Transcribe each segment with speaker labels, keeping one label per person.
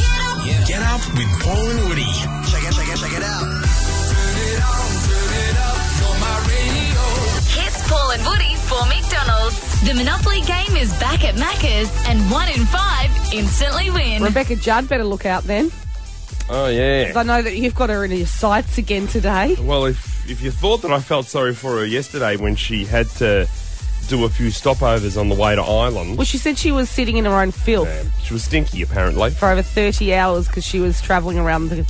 Speaker 1: Yeah. Get up with Paul and Woody.
Speaker 2: Check it, check it, check it out.
Speaker 3: Hits Paul and Woody for McDonald's. The Monopoly game is back at Macca's, and one in five instantly win.
Speaker 4: Rebecca Judd better look out then.
Speaker 5: Oh yeah.
Speaker 4: 'cause I know that you've got her in your sights again today.
Speaker 5: Well, if if you thought that I felt sorry for her yesterday when she had to do a few stopovers on the way to Ireland,
Speaker 4: Well, she said she was sitting in her own filth
Speaker 5: um, she was stinky apparently.
Speaker 4: for over 30 hours because she was travelling around the,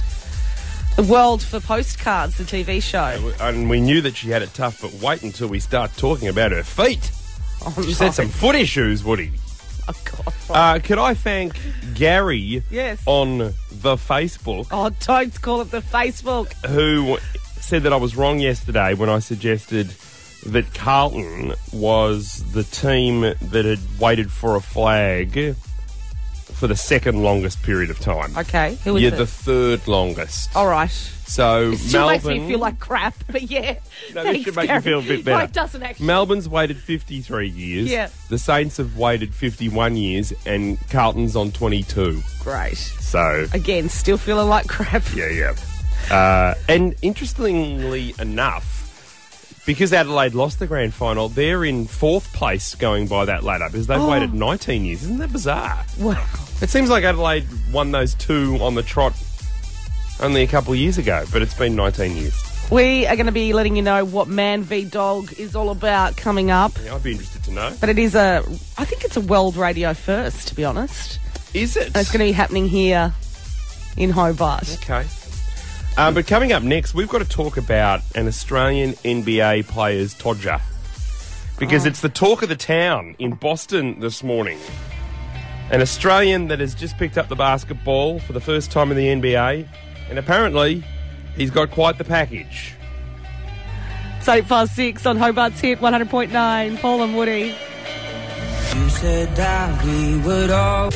Speaker 4: the world for postcards, the TV show.
Speaker 5: And we knew that she had it tough, but wait until we start talking about her feet.
Speaker 4: Oh,
Speaker 5: She had some foot issues, Woody.
Speaker 4: Oh, God.
Speaker 5: Uh, could I thank Gary
Speaker 4: Yes.
Speaker 5: on the Facebook
Speaker 4: Oh, don't call it the Facebook.
Speaker 5: who said that I was wrong yesterday when I suggested that Carlton was the team that had waited for a flag for the second longest period of time.
Speaker 4: Okay, who is
Speaker 5: You're
Speaker 4: it?
Speaker 5: the third longest.
Speaker 4: All right.
Speaker 5: So
Speaker 4: Still
Speaker 5: Melbourne
Speaker 4: makes me feel like crap, but yeah.
Speaker 5: No, this
Speaker 4: Thanks,
Speaker 5: should make
Speaker 4: Gary.
Speaker 5: you feel a bit
Speaker 4: No,
Speaker 5: better.
Speaker 4: it doesn't actually.
Speaker 5: Melbourne's waited 53 years.
Speaker 4: Yeah.
Speaker 5: The Saints have waited 51 years, and Carlton's on 22.
Speaker 4: Great.
Speaker 5: So
Speaker 4: Again, still feeling like crap.
Speaker 5: Yeah, yeah. Uh, and interestingly enough, because Adelaide lost the grand final, they're in fourth place going by that ladder because they've waited 19 years. Isn't that bizarre?
Speaker 4: Wow.
Speaker 5: It seems like Adelaide won those two on the trot only a couple of years ago, but it's been 19 years.
Speaker 4: We are going to be letting you know what Man v Dog is all about coming up.
Speaker 5: Yeah, I'd be interested to know.
Speaker 4: But it is a, I think it's a world radio first, to be honest.
Speaker 5: Is it?
Speaker 4: And it's going to be happening here in Hobart.
Speaker 5: Okay. Um, but coming up next, we've got to talk about an Australian NBA player's todger. Because it's the talk of the town in Boston this morning. An Australian that has just picked up the basketball for the first time in the NBA, and apparently he's got quite the package.
Speaker 4: It's 8 past 6 on Hobart's Hit 100.9. Paul and Woody.
Speaker 2: You said that we would all.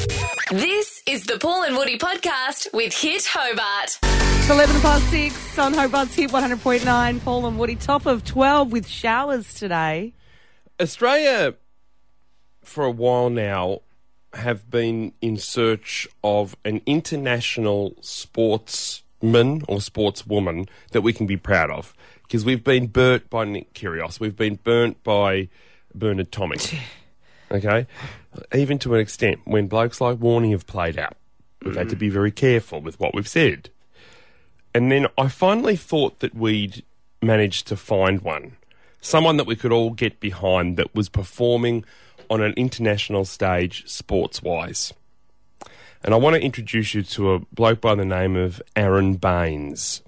Speaker 3: This is the Paul and Woody podcast with Hit Hobart.
Speaker 4: It's 11 past 6 on Hobart's Hit 100.9. Paul and Woody, top of 12 with showers today.
Speaker 5: Australia, for a while now, have been in search of an international sportsman or sportswoman that we can be proud of. Because we've been burnt by Nick Kyrgios, we've been burnt by Bernard Tomic. okay? Even to an extent, when blokes like Warney have played out, we've had to be very careful with what we've said. And then I finally thought that we'd managed to find one. Someone that we could all get behind that was performing on an international stage sports wise. And I want to introduce you to a bloke by the name of Aaron Baines.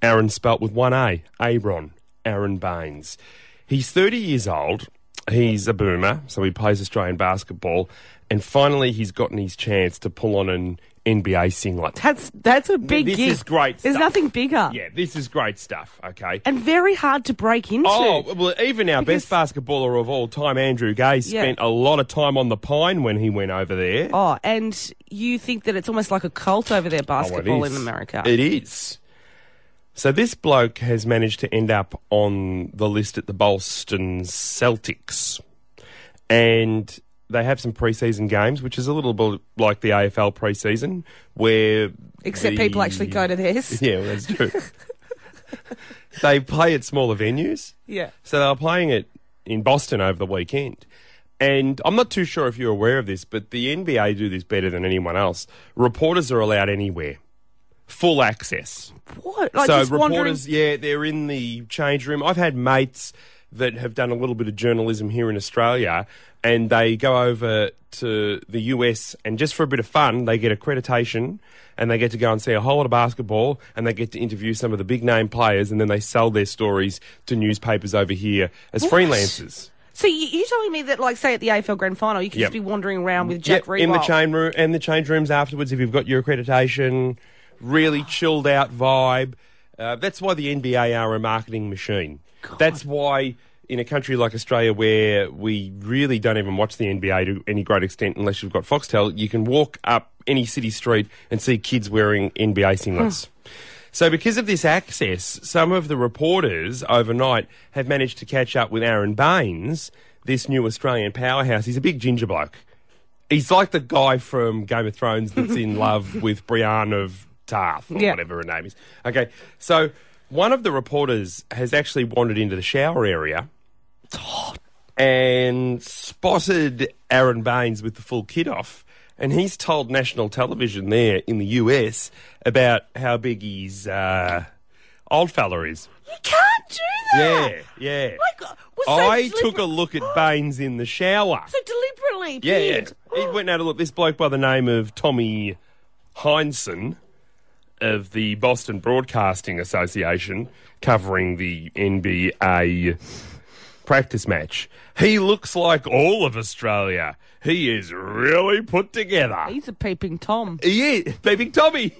Speaker 5: Aaron spelt with one A, Aaron, Aaron Baines. He's 30 years old. He's a boomer, so he plays Australian basketball. And finally, he's gotten his chance to pull on an NBA singlet.
Speaker 4: That's that's a big
Speaker 5: This
Speaker 4: gig.
Speaker 5: is great
Speaker 4: There's
Speaker 5: stuff.
Speaker 4: nothing bigger.
Speaker 5: Yeah, this is great stuff, okay?
Speaker 4: And very hard to break into.
Speaker 5: Oh, well, even our
Speaker 4: Because-
Speaker 5: best basketballer of all time, Andrew Gay,
Speaker 4: Yeah.
Speaker 5: spent a lot of time on the pine when he went over there.
Speaker 4: Oh, and you think that it's almost like a cult over there,
Speaker 5: Oh, it
Speaker 4: basketball
Speaker 5: is.
Speaker 4: in America.
Speaker 5: It is. So this bloke has managed to end up on the list at the Boston Celtics. And they have some preseason games, which is a little bit like the AFL preseason, where.
Speaker 4: Except
Speaker 5: the-
Speaker 4: people actually go to this.
Speaker 5: Yeah, well, that's true. they play at smaller venues.
Speaker 4: Yeah.
Speaker 5: So they were playing it in Boston over the weekend. And I'm not too sure if you're aware of this, but the NBA do this better than anyone else. Reporters are allowed anywhere, full access.
Speaker 4: What? Like
Speaker 5: so
Speaker 4: just wandering.
Speaker 5: reporters, yeah, they're in the change room. I've had mates that have done a little bit of journalism here in Australia, and they go over to the US, and just for a bit of fun, they get accreditation, and they get to go and see a whole lot of basketball, and they get to interview some of the big name players, and then they sell their stories to newspapers over here as freelancers.
Speaker 4: So you, you're telling me that, like, say at the AFL Grand Final, you could
Speaker 5: Yep.
Speaker 4: just be wandering around with Jack
Speaker 5: Yep, in the
Speaker 4: Rewalt.
Speaker 5: chain room and the change rooms afterwards if you've got your accreditation really chilled out vibe uh, that's why the nba are a marketing machine that's why in a country like australia where we really don't even watch the nba to any great extent unless you've got foxtel you can walk up any city street and see kids wearing nba singlets
Speaker 4: Hmm.
Speaker 5: So, because of this access, some of the reporters overnight have managed to catch up with Aaron Baines, this new Australian powerhouse. He's a big ginger bloke He's like the guy from Game of Thrones that's in love with Brienne of Tarth or
Speaker 4: Yeah.
Speaker 5: whatever her name is. Okay, so one of the reporters has actually wandered into the shower area and spotted Aaron Baines with the full kit off. And he's told national television there in the US about how big his uh, old fella is.
Speaker 4: You can't do that.
Speaker 5: Yeah, yeah.
Speaker 4: Like, was so
Speaker 5: I
Speaker 4: deliberate-
Speaker 5: took a look at Baines in the shower.
Speaker 4: So deliberately. Oh,
Speaker 5: Yeah, yeah.
Speaker 4: did.
Speaker 5: He went and had a look. This bloke by the name of Tommy Heinsohn of the Boston Broadcasting Association, covering the NBA practice match. He looks like all of Australia. He is really put together.
Speaker 4: He's a peeping Tom.
Speaker 5: He is, baby Tommy.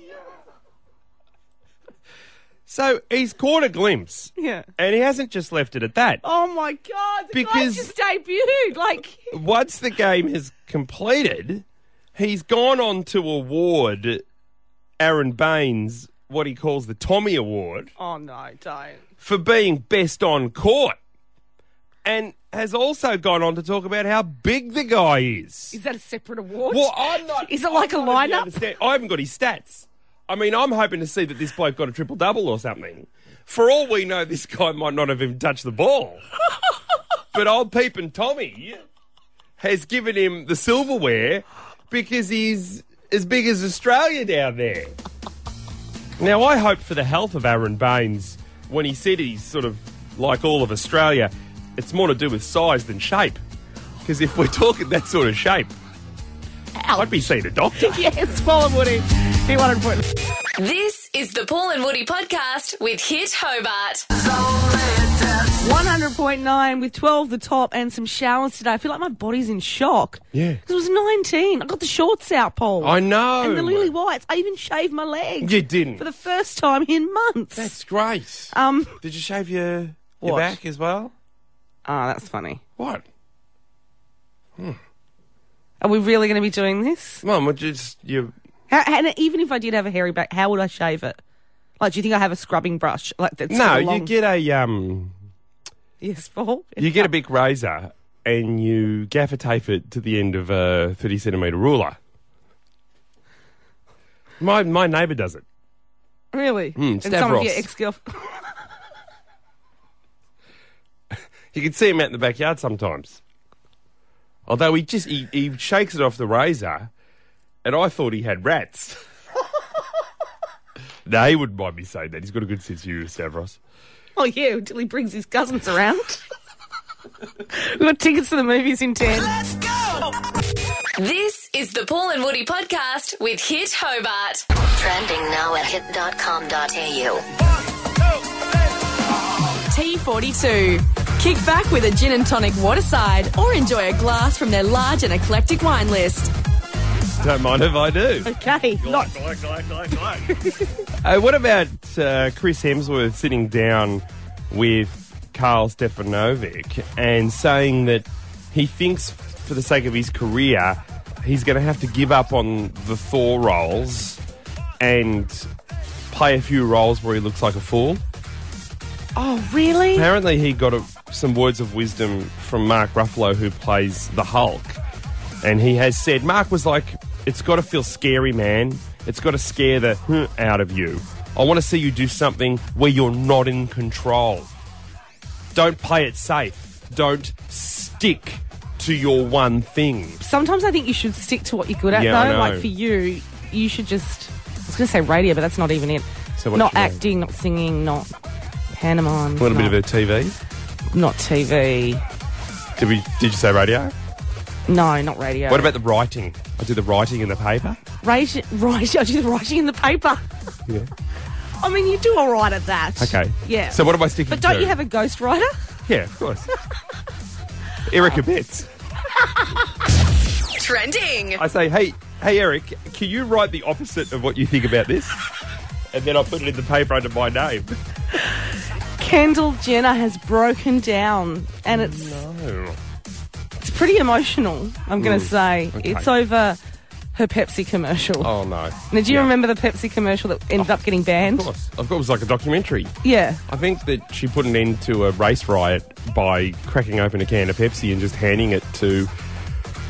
Speaker 5: So he's caught a glimpse.
Speaker 4: Yeah.
Speaker 5: And he hasn't just left it at that.
Speaker 4: Oh my God! The
Speaker 5: Because-
Speaker 4: because just debuted. Like,
Speaker 5: once the game is completed, he's gone on to award Aaron Baines what he calls the Tommy Award
Speaker 4: oh no, don't.
Speaker 5: for being best on court. And has also gone on to talk about how big the guy is.
Speaker 4: Is that a separate award?
Speaker 5: Well, I'm not.
Speaker 4: Is it like a
Speaker 5: I'm not
Speaker 4: lineup?
Speaker 5: understand- I haven't got his stats. I mean, I'm hoping to see that this bloke got a triple double or something. For all we know, this guy might not have even touched the ball. but old peeping Tommy has given him the silverware because he's as big as Australia down there. Now, I hope for the health of Aaron Baines when he said he's sort of like all of Australia, it's more to do with size than shape. Because if we're talking that sort of shape, I'd be seeing a doctor.
Speaker 4: Yes, Paul and Woody. He wanted point.
Speaker 3: This is the Paul and Woody podcast with Hit Hobart.
Speaker 4: 100.9 with 12 the top and some showers today. I feel like my body's in shock.
Speaker 5: Yeah.
Speaker 4: 'Cause it was 19. I got the shorts out, Paul.
Speaker 5: I know.
Speaker 4: And the lily whites. I even shaved my legs.
Speaker 5: Oh, You didn't.
Speaker 4: For the first time in months.
Speaker 5: That's great.
Speaker 4: um.
Speaker 5: Did you shave your,
Speaker 4: What?
Speaker 5: your back as well?
Speaker 4: Oh, that's funny.
Speaker 5: What?
Speaker 4: Are we really going to be doing this?
Speaker 5: Mum, would you just you?
Speaker 4: How, and even if I did have a hairy back, how would I shave it? Like, do you think I have a scrubbing brush? Like that's
Speaker 5: No,
Speaker 4: got a
Speaker 5: you
Speaker 4: long-
Speaker 5: get a um,
Speaker 4: yes, Paul.
Speaker 5: you get a big razor and you gaffer tape it to the end of a thirty centimeter ruler. My my neighbour does it.
Speaker 4: really.
Speaker 5: Hmm,
Speaker 4: and some
Speaker 5: Stavros.
Speaker 4: of your ex girlfriend.
Speaker 5: You can see him out in the backyard sometimes. Although he just he, he shakes it off the razor, and I thought he had rats. no, he wouldn't mind me saying that. He's got a good sense of humour, Stavros.
Speaker 4: oh yeah, until he brings his cousins around. We've got tickets to the movies in ten.
Speaker 3: This is the Paul and Woody podcast with Hit Hobart.
Speaker 6: Trending now at hit.com.au.
Speaker 7: T42. Kick back with a gin and tonic waterside or enjoy a glass from their large and eclectic wine list.
Speaker 5: Don't mind if I do.
Speaker 4: Okay, not
Speaker 5: Uh, what about uh, Chris Hemsworth sitting down with Carl Stefanovic and saying that he thinks, for the sake of his career, he's going to have to give up on the Thor roles and play a few roles where he looks like a fool?
Speaker 4: Oh, really?
Speaker 5: Apparently, he got a, some words of wisdom from Mark Ruffalo, who plays the Hulk. And he has said, Mark was like, it's got to feel scary, man. It's got to scare the huh out of you. I want to see you do something where you're not in control. Don't play it safe. Don't stick to your one thing.
Speaker 4: Sometimes I think you should stick to what you're good at,
Speaker 5: Yeah, I
Speaker 4: though.
Speaker 5: know.
Speaker 4: Like for you, you should just. I was going to say radio, but that's not even it.
Speaker 5: So what
Speaker 4: not
Speaker 5: should I-
Speaker 4: acting, not singing, not pantomime.
Speaker 5: A little bit of a TV.
Speaker 4: Not TV.
Speaker 5: Did, we, did you say radio?
Speaker 4: No, not radio.
Speaker 5: What about the writing? I do the writing in the paper.
Speaker 4: Write, write, I do the writing in the paper.
Speaker 5: Yeah.
Speaker 4: I mean, you do all right at that.
Speaker 5: Okay.
Speaker 4: Yeah.
Speaker 5: So what am I sticking
Speaker 4: But don't
Speaker 5: to?
Speaker 4: you have a ghostwriter?
Speaker 5: Yeah, of course.
Speaker 8: Ah.
Speaker 5: Erica Betts.
Speaker 7: Trending.
Speaker 5: I say, hey, hey, Eric, can you write the opposite of what you think about this? And then I'll put it in the paper under my name.
Speaker 4: Kendall Jenner has broken down, and it's Oh. it's pretty emotional. I'm going to say
Speaker 5: Okay.
Speaker 4: it's over her Pepsi commercial.
Speaker 5: Oh, no.
Speaker 4: Now, do you
Speaker 5: Yeah.
Speaker 4: remember the Pepsi commercial that ended up getting banned?
Speaker 5: Of course. Of course, it was like a documentary.
Speaker 4: Yeah.
Speaker 5: I think that she put an end to a race riot by cracking open a can of Pepsi and just handing it to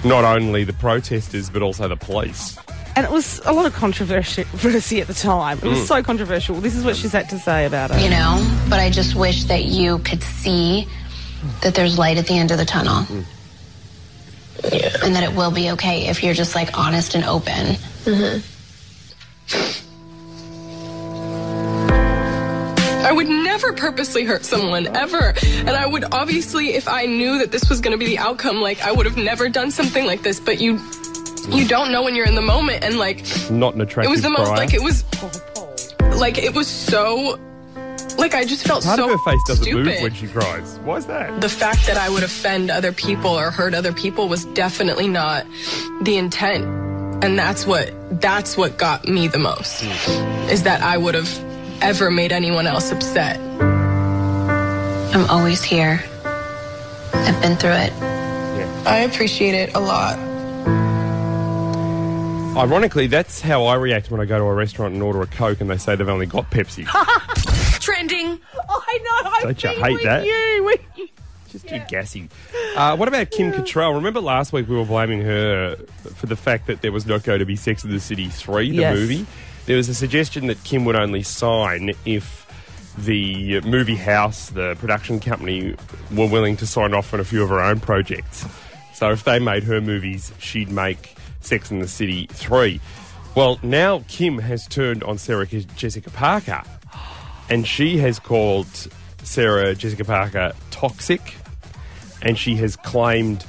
Speaker 5: not only the protesters but also the police.
Speaker 4: And it was a lot of controversy at the time. It
Speaker 5: Mm.
Speaker 4: was so controversial. This is what she's had to say about it.
Speaker 9: you know, but I just wish that you could see that there's light at the end of the tunnel. And that it will be okay if you're just like honest and open.
Speaker 8: I would never purposely hurt someone, ever. And I would obviously, if I knew that this was going to be the outcome, like, I would have never done something like this, but you. You don't know when you're in the moment, and like it
Speaker 5: Not an attractive
Speaker 8: was the most
Speaker 5: prior.
Speaker 8: like it was like it was so like I just felt
Speaker 5: Part
Speaker 8: so
Speaker 5: of her face doesn't
Speaker 8: stupid.
Speaker 5: move when she cries. Why is that?
Speaker 8: the fact that I would offend other people or hurt other people was definitely not the intent. And that's what that's what got me the most
Speaker 5: Hmm.
Speaker 8: is that I would have ever made anyone else upset.
Speaker 9: I'm always here. I've been through it.
Speaker 8: I appreciate it a lot.
Speaker 5: Ironically, that's how I react when I go to a restaurant and order a Coke and they say they've only got Pepsi.
Speaker 7: Trending.
Speaker 4: Oh, I know. I
Speaker 5: Don't you
Speaker 4: feel
Speaker 5: hate
Speaker 4: with
Speaker 5: that?
Speaker 4: you. When you-
Speaker 5: Just too gassy. Uh, what about Kim Cattrall? Remember last week we were blaming her for the fact that there was not going to be Sex in the City 3, the
Speaker 4: Yes.
Speaker 5: movie? There was a suggestion that Kim would only sign if the movie house, the production company, were willing to sign off on a few of her own projects. So if they made her movies, she'd make Sex in the City 3. Well, now Kim has turned on Sarah Jessica Parker, and she has called Sarah Jessica Parker toxic and she has claimed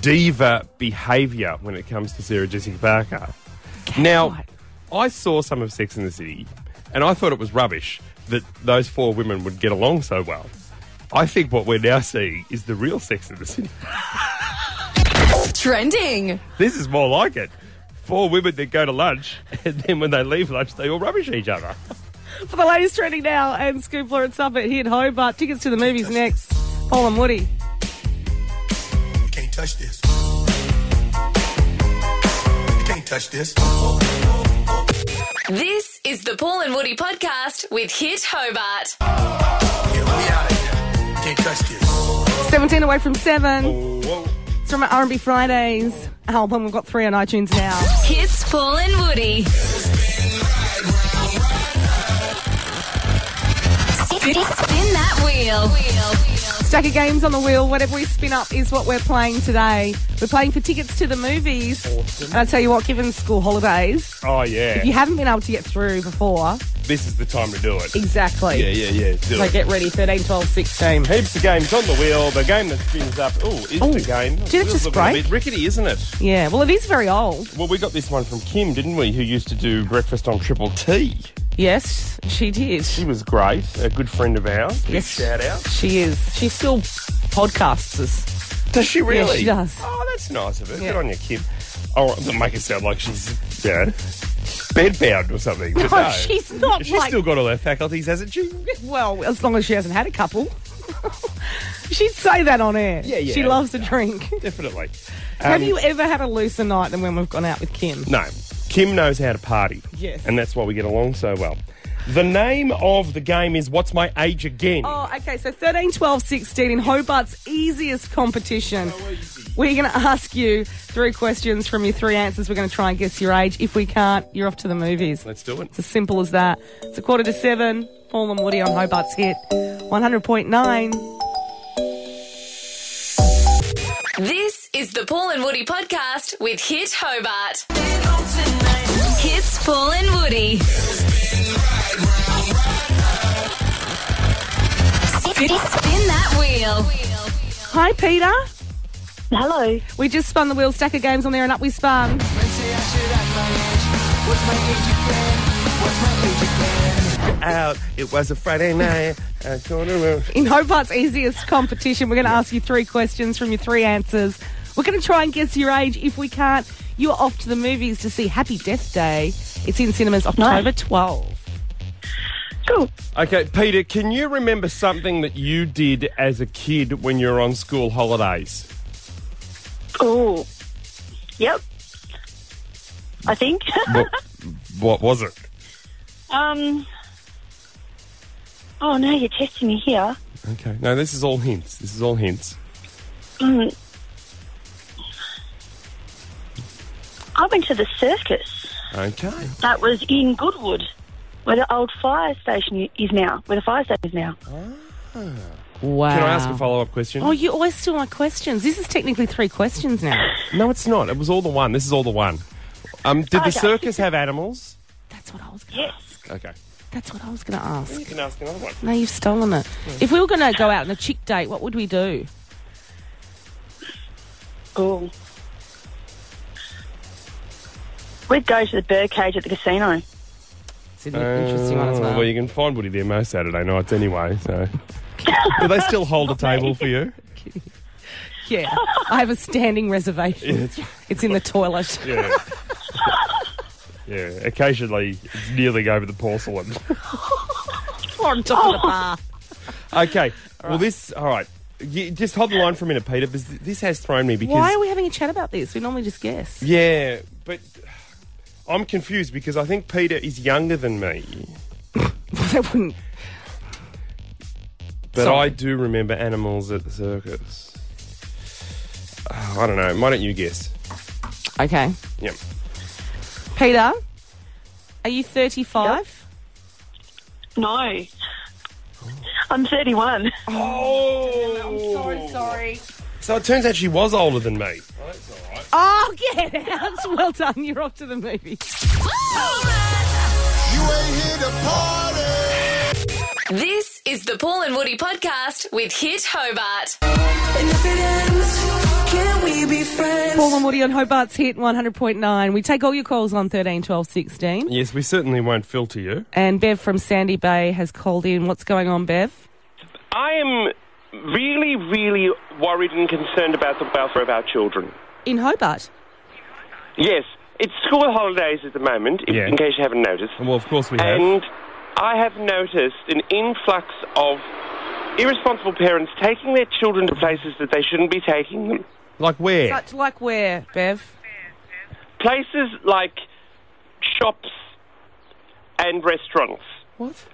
Speaker 5: diva behaviour when it comes to Sarah Jessica Parker. Now, I saw some of Sex in the City, and I thought it was rubbish that those four women would get along so well. I think what we're now seeing is the real Sex in the City.
Speaker 7: Trending.
Speaker 5: This is more like it. Four women that go to lunch, and then when they leave lunch, they all rubbish each other.
Speaker 4: For the latest trending now and Scoop Law and Supper here at Hobart. Tickets to the movies next. Paul and Woody.
Speaker 1: You can't touch this. You can't touch this.
Speaker 3: This is the Paul and Woody podcast with Hit Hobart.
Speaker 1: Yeah, we out of here. You can't touch this.
Speaker 4: 17 away from 7.
Speaker 5: Oh.
Speaker 4: It's from our R&B Fridays album. We've got three on iTunes now.
Speaker 3: Hits Paul and Woody. Spin, spin that wheel.
Speaker 4: Stack of games on the wheel. Whatever we spin up is what we're playing today. We're playing for tickets to the movies. And I tell you what, given school holidays,
Speaker 5: Oh, yeah.
Speaker 4: you haven't been able to get through before.
Speaker 5: This is the time to do it.
Speaker 4: Exactly.
Speaker 5: Yeah, yeah, yeah. Do
Speaker 4: So
Speaker 5: it.
Speaker 4: get ready, 13, 12, 16.
Speaker 5: Heaps of games on the wheel. The game that spins up. Oh, is
Speaker 4: Ooh.
Speaker 5: the game.
Speaker 4: Did it
Speaker 5: Wheels
Speaker 4: just
Speaker 5: look a
Speaker 4: break?
Speaker 5: bit rickety, isn't it?
Speaker 4: Yeah, well, it is very old.
Speaker 5: Well, we got this one from Kim, didn't we? Who used to do breakfast on Triple T.
Speaker 4: Yes, she did.
Speaker 5: She was great, a good friend of ours. Big
Speaker 4: Yes.
Speaker 5: Shout out.
Speaker 4: She is. She still podcasts us.
Speaker 5: Does she really?
Speaker 4: she does.
Speaker 5: Oh, that's nice of her.
Speaker 4: Yeah.
Speaker 5: Good on you, Kim. Oh, I'm gonna make it sound like she's yeah, bedbound or something. but
Speaker 4: No,
Speaker 5: no.
Speaker 4: Oh, she's not
Speaker 5: She's
Speaker 4: like.
Speaker 5: still got all her faculties, hasn't she?
Speaker 4: Well, as long as she hasn't had a couple. She'd say that on air.
Speaker 5: Yeah, yeah. Um,
Speaker 4: She loves to drink.
Speaker 5: Definitely.
Speaker 4: Have you ever had a looser night than when we've gone out with Kim?
Speaker 5: No. Kim knows how to party.
Speaker 4: Yes.
Speaker 5: And that's why we get along so well. The name of the game is What's My Age Again?
Speaker 4: Oh, okay. So 13, 12, 16 in Hobart's easiest competition. We're going to ask you three questions from your three answers. We're going to try and guess your age. If we can't, you're off to the movies.
Speaker 5: Let's do it.
Speaker 4: It's as simple as that. It's a quarter to seven. Paul and Woody on Hobart's hit 100.9.
Speaker 3: This is the Paul and Woody podcast with Hit Hobart. Hits Paul and Woody. Spin, spin that wheel.
Speaker 4: Hi, Peter.
Speaker 10: Hello.
Speaker 4: We just spun the wheel stack of games on there and up we spun.
Speaker 5: Out. It was a Friday night. I thought it was-
Speaker 4: In Hobart's easiest competition, we're going to ask you three questions from your three answers. We're going to try and guess your age. If we can't, you're off to the movies to see Happy Death Day. It's in cinemas October 12.
Speaker 10: Cool.
Speaker 5: Okay, Peter, can you remember something that you did as a kid when you were on school holidays?
Speaker 10: Oh. Yep. I think.
Speaker 5: What, what was it?
Speaker 10: um. Oh no, you're testing me here.
Speaker 5: Okay, no, this is all hints. This is all hints.
Speaker 10: Um,
Speaker 8: I've been to the circus.
Speaker 11: Okay.
Speaker 8: That was in Goodwood, where the old fire station is now. Where the fire station is now.
Speaker 4: Wow.
Speaker 11: Can I ask a follow up question?
Speaker 4: Oh, you always steal my questions. This is technically three questions now.
Speaker 11: No, it's not. It was all the one. This is all the one. Um, did
Speaker 4: Oh,
Speaker 11: the
Speaker 8: Okay.
Speaker 11: circus have animals?
Speaker 4: That's what I was going to
Speaker 8: Yes.
Speaker 11: Okay.
Speaker 4: That's what I was going to ask.
Speaker 11: You can ask another one.
Speaker 4: No, you've stolen it. If we were going to go out on a chick date, what would we do?
Speaker 8: Oh. We'd go to the birdcage at the casino.
Speaker 4: It's an interesting one as well.
Speaker 11: Oh, Well, you can find Woody there most Saturday nights anyway, so. Do they still hold a table for you?
Speaker 4: Yeah. I have a standing reservation.
Speaker 11: It's,
Speaker 4: It's in the toilet.
Speaker 11: yeah. yeah. Occasionally, it's nearly over the porcelain.
Speaker 4: on top of the bar.
Speaker 11: Okay. Well, this. All right. You, just hold the line for a minute, Peter, because th- this has thrown me. Because
Speaker 4: Why are we having a chat about this? We normally just guess.
Speaker 11: Yeah, but I'm confused because I think Peter is younger than me,
Speaker 4: that wouldn't.
Speaker 11: but
Speaker 4: Sorry.
Speaker 11: I do remember animals at the circus. Oh, I don't know. Why don't you guess?
Speaker 4: Okay.
Speaker 11: Yep.
Speaker 4: Peter, are you 35?
Speaker 8: No. I'm 31.
Speaker 11: Oh,
Speaker 4: So sorry.
Speaker 11: so it turns out she was older than me.
Speaker 4: Oh, get out. Well done. You're off to the movies.
Speaker 1: You ain't here to party.
Speaker 3: This is the Paul and Woody podcast with Hit Hobart.
Speaker 4: Paul and Woody on Hobart's Hit 100.9. We take all your calls on 13, 12, 16.
Speaker 11: Yes, we certainly won't filter you.
Speaker 4: And Bev from Sandy Bay has called in. What's going on, Bev?
Speaker 5: I am really, really worried and concerned about the welfare of our children.
Speaker 4: In Hobart.
Speaker 5: Yes, it's school holidays at the moment, if,
Speaker 11: Yeah.
Speaker 5: in case you haven't noticed.
Speaker 11: Well, of course we have.
Speaker 5: And I have noticed an influx of irresponsible parents taking their children to places that they shouldn't be taking them.
Speaker 11: like where?
Speaker 4: But like where, Bev?
Speaker 5: Places like shops and restaurants.
Speaker 11: what?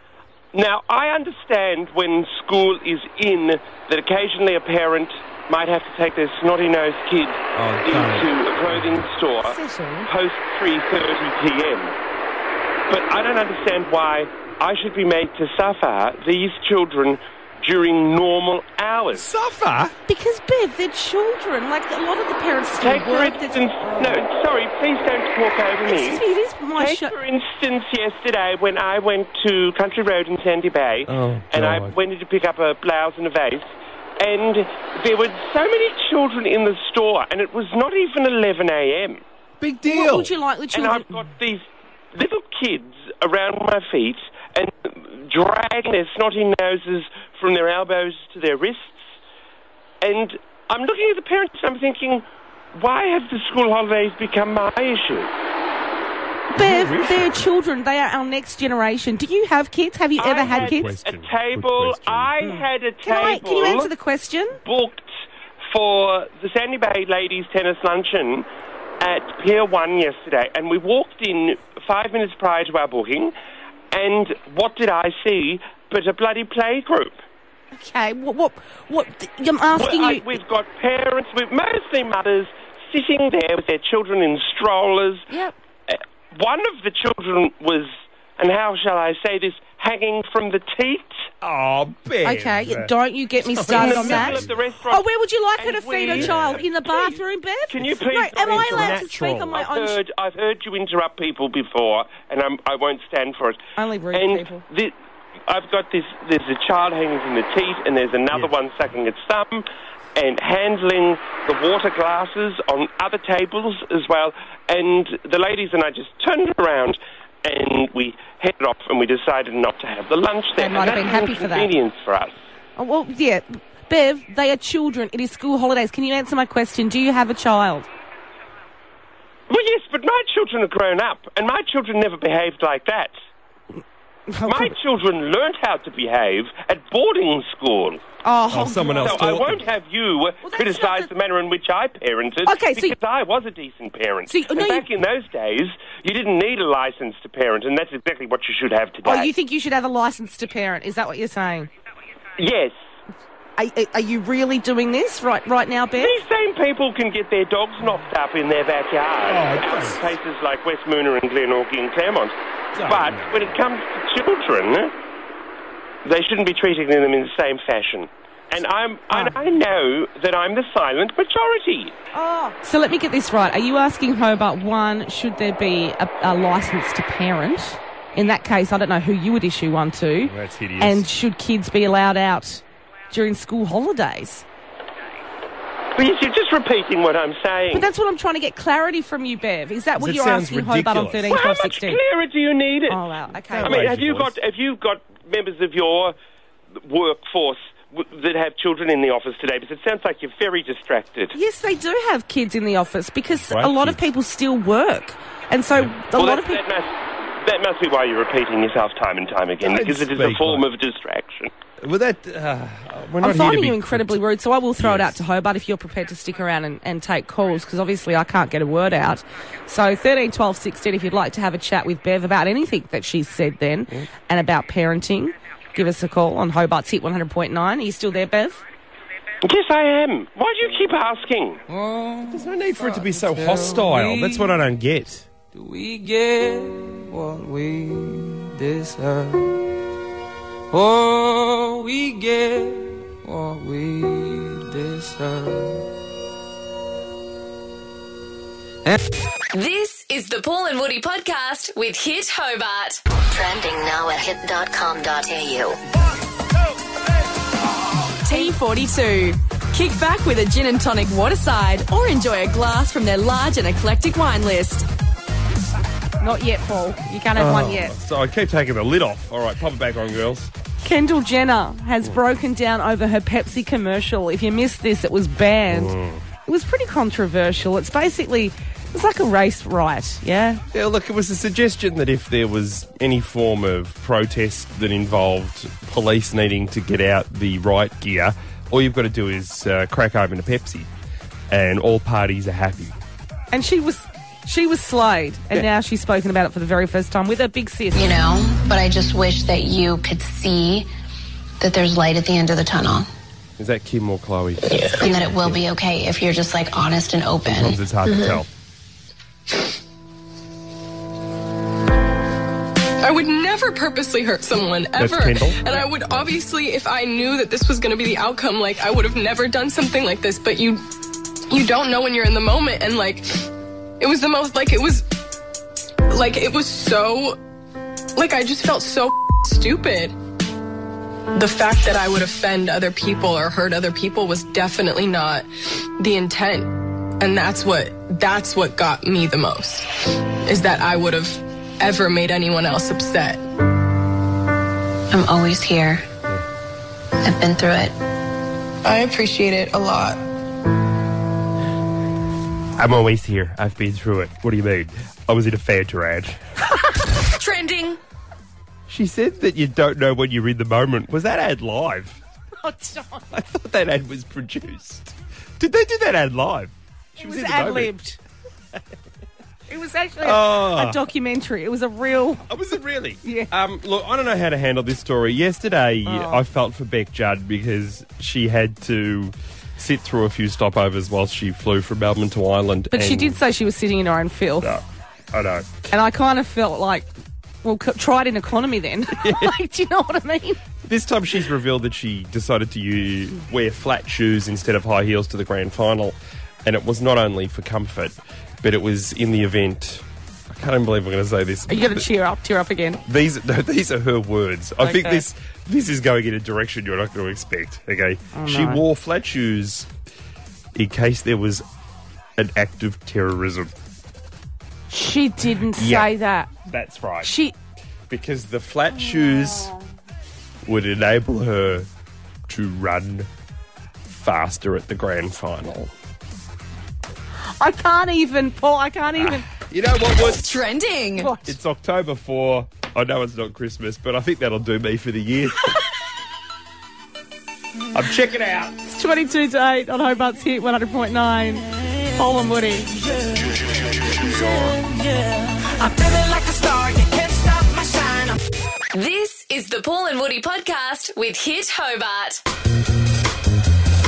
Speaker 5: Now, I understand when school is in that occasionally a parent might have to take their snotty-nosed kid
Speaker 11: don't.
Speaker 5: into a clothing store post 3.30 p.m. But I don't understand why I should be made to suffer these children during normal hours.
Speaker 11: Suffer?
Speaker 4: Because, Bev, they're children. Like, a lot of the parents still
Speaker 5: Take, for
Speaker 4: work.
Speaker 5: instance... No, sorry, please don't talk over
Speaker 4: Excuse me, it is my
Speaker 5: Take,
Speaker 4: show.
Speaker 5: for instance, yesterday when I went to Country Road in Sandy Bay
Speaker 11: Oh,
Speaker 5: and I
Speaker 11: God.
Speaker 5: went in to pick up a blouse and a vase, and there were so many children in the store, and it was not even 11 a.m.
Speaker 11: Big deal.
Speaker 4: What would you like the
Speaker 5: And
Speaker 4: children...
Speaker 5: I've got these little kids around my feet and dragging their snotty noses from their elbows to their wrists. And I'm looking at the parents and I'm thinking, why have the school holidays become my issue?
Speaker 4: Bev, they're children. They are our next generation. Do you have kids? Have you ever
Speaker 5: I
Speaker 4: had,
Speaker 5: had
Speaker 4: kids?
Speaker 11: Question.
Speaker 5: a
Speaker 11: Good
Speaker 5: table.
Speaker 11: question.
Speaker 5: I had a
Speaker 4: Can, I,
Speaker 5: table
Speaker 4: can you answer the question?
Speaker 5: booked for the Sandy Bay Ladies Tennis Luncheon at Pier 1 yesterday, and we walked in five minutes prior to our booking, and what did I see but a bloody play group?
Speaker 4: Okay, what, what, what I'm asking
Speaker 5: Well, I-
Speaker 4: you.
Speaker 5: we've got parents, with mostly mothers, sitting there with their children in strollers.
Speaker 4: Yep.
Speaker 5: Uh, One of the children was, and how shall I say this, hanging from the teat.
Speaker 11: Oh, Ben.
Speaker 4: Okay, don't you get me started
Speaker 5: the
Speaker 4: on
Speaker 5: middle
Speaker 4: that.
Speaker 5: of the restaurant.
Speaker 4: oh, where would you like her
Speaker 5: And
Speaker 4: to feed her
Speaker 5: we-
Speaker 4: child? In the
Speaker 5: Please,
Speaker 4: bathroom, Bev?
Speaker 5: can you
Speaker 4: No,
Speaker 5: please
Speaker 4: am I
Speaker 5: not
Speaker 4: allowed to
Speaker 11: natural.
Speaker 4: speak on my
Speaker 5: I've
Speaker 4: own?
Speaker 5: heard, I've heard you interrupt people before, and I'm, I won't stand for it.
Speaker 4: Only rude
Speaker 5: and
Speaker 4: people.
Speaker 5: thi- I've got this. There's a child hanging from the teat, and there's another one sucking its thumb, and handling the water glasses on other tables as well. And the ladies and I just turned around, and we headed off, and we decided not to have the lunch there.
Speaker 4: They might have
Speaker 5: And
Speaker 4: been
Speaker 5: that's
Speaker 4: happy
Speaker 5: an
Speaker 4: for that.
Speaker 5: inconvenience for us.
Speaker 4: Oh, well, yeah. Bev, they are children. It is school holidays. Can you answer my question? Do you have a child?
Speaker 5: Well, yes, but my children are grown up, and my children never behaved like that. My children learnt how to behave at boarding school.
Speaker 4: Oh,
Speaker 11: Oh, someone else
Speaker 5: So I
Speaker 11: talking.
Speaker 5: won't have you
Speaker 4: that's not
Speaker 5: criticise
Speaker 4: the-
Speaker 5: the manner in which I parented
Speaker 4: Okay, so
Speaker 5: because I was a decent parent.
Speaker 4: So you-
Speaker 5: and
Speaker 4: no, you-
Speaker 5: back in those days, you didn't need a license to parent, and that's exactly what you should have today.
Speaker 4: Oh, you think you should have a license to parent? Is that what you're saying?
Speaker 5: yes.
Speaker 4: Are, are- are you really doing this right right now, Beth?
Speaker 12: These same people can get their dogs knocked up in their backyard.
Speaker 4: Oh,
Speaker 12: Out in places like West Moona and Glenorchy and Claremont. but when it comes to children, they shouldn't be treating them in the same fashion. And I'm, and I know that I'm the silent majority.
Speaker 4: So let me get this right. Are you asking Hobart one, should there be a, a license to parent? In that case, I don't know who you would issue one to.
Speaker 13: That's hideous.
Speaker 4: And should kids be allowed out during school holidays?
Speaker 12: But yes, you're just repeating what I'm saying.
Speaker 4: But that's what I'm trying to get clarity from you, Bev. Is that what
Speaker 12: It
Speaker 4: you're
Speaker 12: sounds
Speaker 4: asking Hobart on
Speaker 12: ridiculous.
Speaker 4: 13,
Speaker 12: Well, how
Speaker 4: 12,
Speaker 12: much
Speaker 4: 16?
Speaker 12: clearer do you need it?
Speaker 4: Oh, wow. Okay.
Speaker 12: I mean, have you got have you got members of your workforce w- that have children in the office today? Because it sounds like you're very distracted.
Speaker 4: Yes, they do have kids in the office because
Speaker 12: Right,
Speaker 4: a lot of people still work. And so a
Speaker 12: well,
Speaker 4: lot
Speaker 12: that,
Speaker 4: of people.
Speaker 12: that must that must be why you're repeating yourself time and time again
Speaker 4: Don't
Speaker 12: because it is a
Speaker 13: speak
Speaker 12: form of distraction.
Speaker 13: Well, that uh, we're not
Speaker 4: I'm
Speaker 13: here to
Speaker 4: finding
Speaker 13: be
Speaker 4: you incredibly rude, so I will throw it out to Hobart if you're prepared to stick around and, and take calls, because obviously I can't get a word out. So 13, 12, 16, if you'd like to have a chat with Bev about anything that she's said then
Speaker 13: Mm.
Speaker 4: and about parenting, give us a call on Hobart's Hit 100.9. Are you still there, Bev?
Speaker 12: Yes, I am. Why do you keep asking?
Speaker 13: There's no need for it to be so hostile. That's what I don't get.
Speaker 2: Do we get what we deserve? Oh, we get what we deserve.
Speaker 3: This is the Paul and Woody podcast with Hit Hobart.
Speaker 6: Trending now at hit.com.au.
Speaker 7: T42. Kick back with a gin and tonic waterside or enjoy a glass from their large and eclectic wine list.
Speaker 4: Not yet, Paul. You can't have one
Speaker 13: Oh,
Speaker 4: yet.
Speaker 13: So I keep taking the lid off. All right, pop it back on, girls.
Speaker 4: Kendall Jenner has
Speaker 13: Mm.
Speaker 4: broken down over her Pepsi commercial. If you missed this, it was banned.
Speaker 13: Mm.
Speaker 4: It was pretty controversial. It's basically, it's like a race riot, yeah?
Speaker 5: Yeah, look, it was a suggestion that if there was any form of protest that involved police needing to get out the right gear, all you've got to do is uh, crack open a Pepsi, and all parties are happy.
Speaker 4: And she was she was slayed, and now she's spoken about it for the very first time with her big sis.
Speaker 9: You know, but I just wish that you could see that there's light at the end of the tunnel
Speaker 5: Is that Kim or Chloe?
Speaker 9: and that it will be okay if you're just like honest and open.
Speaker 5: Sometimes it's hard to
Speaker 9: Mhm.
Speaker 5: tell.
Speaker 8: I would never purposely hurt someone
Speaker 5: That's
Speaker 8: ever.
Speaker 5: Kendall.
Speaker 8: And I would obviously, if I knew that this was going to be the outcome, like I would have never done something like this. But you, you don't know when you're in the moment, and like it was the most, like it was, like it was so, like I just felt so stupid. The fact that I would offend other people or hurt other people was definitely not the intent. And that's what that's what got me the most is that I would have ever made anyone else upset.
Speaker 9: I'm always here. I've been through it.
Speaker 8: I appreciate it a lot.
Speaker 5: I'm always here. I've been through it. What do you mean? I was in a fan rant.
Speaker 7: Trending.
Speaker 5: She said that you don't know when you're in the moment. Was that ad live?
Speaker 4: Oh, John.
Speaker 5: I thought that ad was produced. Did they do that ad live? She
Speaker 4: It
Speaker 5: was
Speaker 4: was
Speaker 5: in the moment.
Speaker 4: ad libbed. it was actually a-
Speaker 5: Oh.
Speaker 4: a documentary. It was a real.
Speaker 5: Was it really?
Speaker 4: yeah.
Speaker 5: Um, look, I don't know how to handle this story. Yesterday,
Speaker 4: Oh.
Speaker 5: I felt for Beck Judd because she had to sit through a few stopovers whilst she flew from Melbourne to Ireland.
Speaker 4: But she
Speaker 5: and-
Speaker 4: did say she was sitting in her own filth,
Speaker 5: I know.
Speaker 4: and I kind of felt like, well, c- try it in economy then. like, do you know what I mean?
Speaker 5: This time, she's revealed that she decided to u- wear flat shoes instead of high heels to the grand final, and it was not only for comfort, but it was in the event. I can't even believe we're going to say this.
Speaker 4: Are you going to cheer up? Tear up again?
Speaker 5: These no, these are her words. I think
Speaker 4: Okay.
Speaker 5: this this is going in a direction you're not going to expect. Okay,
Speaker 4: Oh,
Speaker 5: she
Speaker 4: no.
Speaker 5: wore flat shoes in case there was an act of terrorism.
Speaker 4: She didn't
Speaker 5: Yeah.
Speaker 4: say that.
Speaker 5: That's right.
Speaker 4: She
Speaker 5: because the flat shoes would enable her to run faster at the grand final.
Speaker 4: I can't even, Paul. I can't even.
Speaker 5: You know what was
Speaker 7: trending?
Speaker 5: It's October for. I know it's not Christmas, but I think that'll do me for the year. I'm checking out.
Speaker 4: It's 22 to 8 on Hobart's Hit 100.9. Paul and Woody.
Speaker 2: I'm feeling like a star, you can't stop my shine.
Speaker 3: This is the Paul and Woody podcast with Hit Hobart.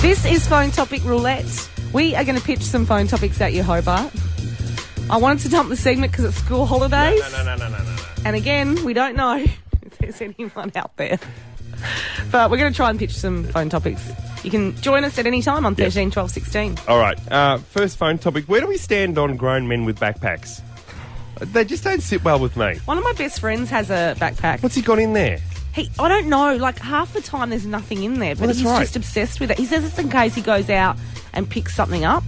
Speaker 4: This is phone topic roulette. We are going to pitch some phone topics at you, Hobart. I wanted to dump the segment because it's school holidays.
Speaker 5: No, no, no, no, no, no.
Speaker 4: And again, we don't know if there's anyone out there. But we're going to try and pitch some phone topics. You can join us at any time on
Speaker 5: Yep.
Speaker 4: 13, 12, 16.
Speaker 5: All right. Uh, first phone topic. Where do we stand on grown men with backpacks? They just don't sit well with me.
Speaker 4: One of my best friends has a backpack.
Speaker 5: What's he got in there?
Speaker 4: He, I don't know. Like half the time, there's nothing in there, but
Speaker 5: Well, that's
Speaker 4: he's
Speaker 5: right.
Speaker 4: just obsessed with it. He says it's in case he goes out and picks something up.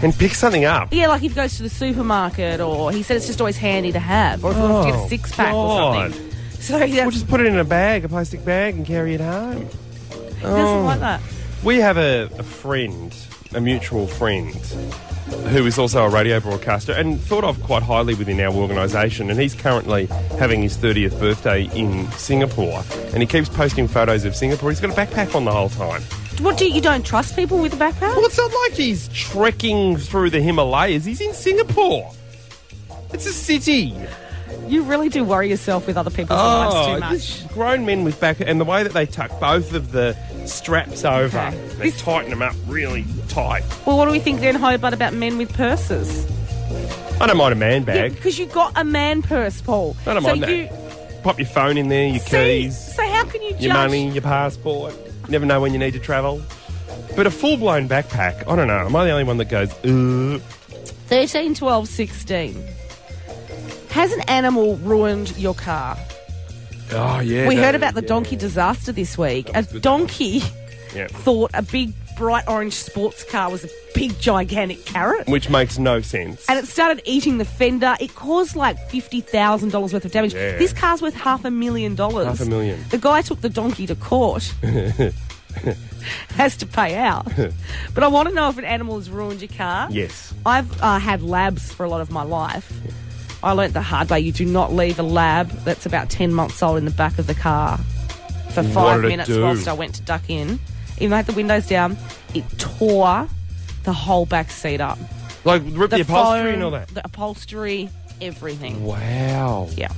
Speaker 5: And pick something up.
Speaker 4: Yeah, like if he goes to the supermarket, or he said it's just always handy to have, or if he wants to get
Speaker 5: Oh,
Speaker 4: a six pack or something. So we'll
Speaker 5: just put it in a bag, a plastic bag, and carry it home.
Speaker 4: He
Speaker 5: Oh.
Speaker 4: doesn't like that.
Speaker 5: We have a, a friend, a mutual friend, who is also a radio broadcaster and thought of quite highly within our organisation. And he's currently having his 30th birthday in Singapore. And he keeps posting photos of Singapore. He's got a backpack on the whole time.
Speaker 4: What do you, you don't trust people with a backpack?
Speaker 5: Well, it's not like he's trekking through the Himalayas. He's in Singapore. It's a city.
Speaker 4: You really do worry yourself with other people's lives too much.
Speaker 5: Uh, this grown men with back and the way that they tuck both of the straps over, they tighten them up really tight.
Speaker 4: Well, what do we think then, Hobart, about men with purses?
Speaker 5: I don't mind a man bag.
Speaker 4: Because you got a man purse, Paul.
Speaker 5: I don't
Speaker 4: so
Speaker 5: mind
Speaker 4: you,
Speaker 5: that. Pop your phone in there, your keys,
Speaker 4: So how can you judge?
Speaker 5: your money, your passport. You never know when you need to travel. But a full blown backpack, I don't know. Am I the only one that goes, "Uh, Ugh.
Speaker 4: 13, 12, 16. Has an animal ruined your car?
Speaker 5: Oh, yeah.
Speaker 4: we
Speaker 5: that-
Speaker 4: heard about the donkey disaster this week. A donkey
Speaker 5: Yeah.
Speaker 4: thought a big bright orange sports car was a big gigantic carrot.
Speaker 5: Which makes no sense.
Speaker 4: And it started eating the fender. It caused like $50,000 worth of damage.
Speaker 5: Yeah.
Speaker 4: This car's worth half a million dollars.
Speaker 5: Half a million.
Speaker 4: The guy took the donkey to court, has to pay out. But I want to know if an animal has ruined your car.
Speaker 5: yes.
Speaker 4: I've uh, had labs for a lot of my life. I learnt the hard way you do not leave a lab that's about 10 months old in the back of the car for
Speaker 14: What
Speaker 4: five
Speaker 14: did it
Speaker 4: minutes
Speaker 14: do?
Speaker 4: whilst I went to duck in. Even though I had the windows down, it tore the whole back seat up.
Speaker 5: Like, rip the, upholstery and all
Speaker 4: phone,
Speaker 5: that.
Speaker 4: The upholstery, everything.
Speaker 5: Wow.
Speaker 4: Yeah.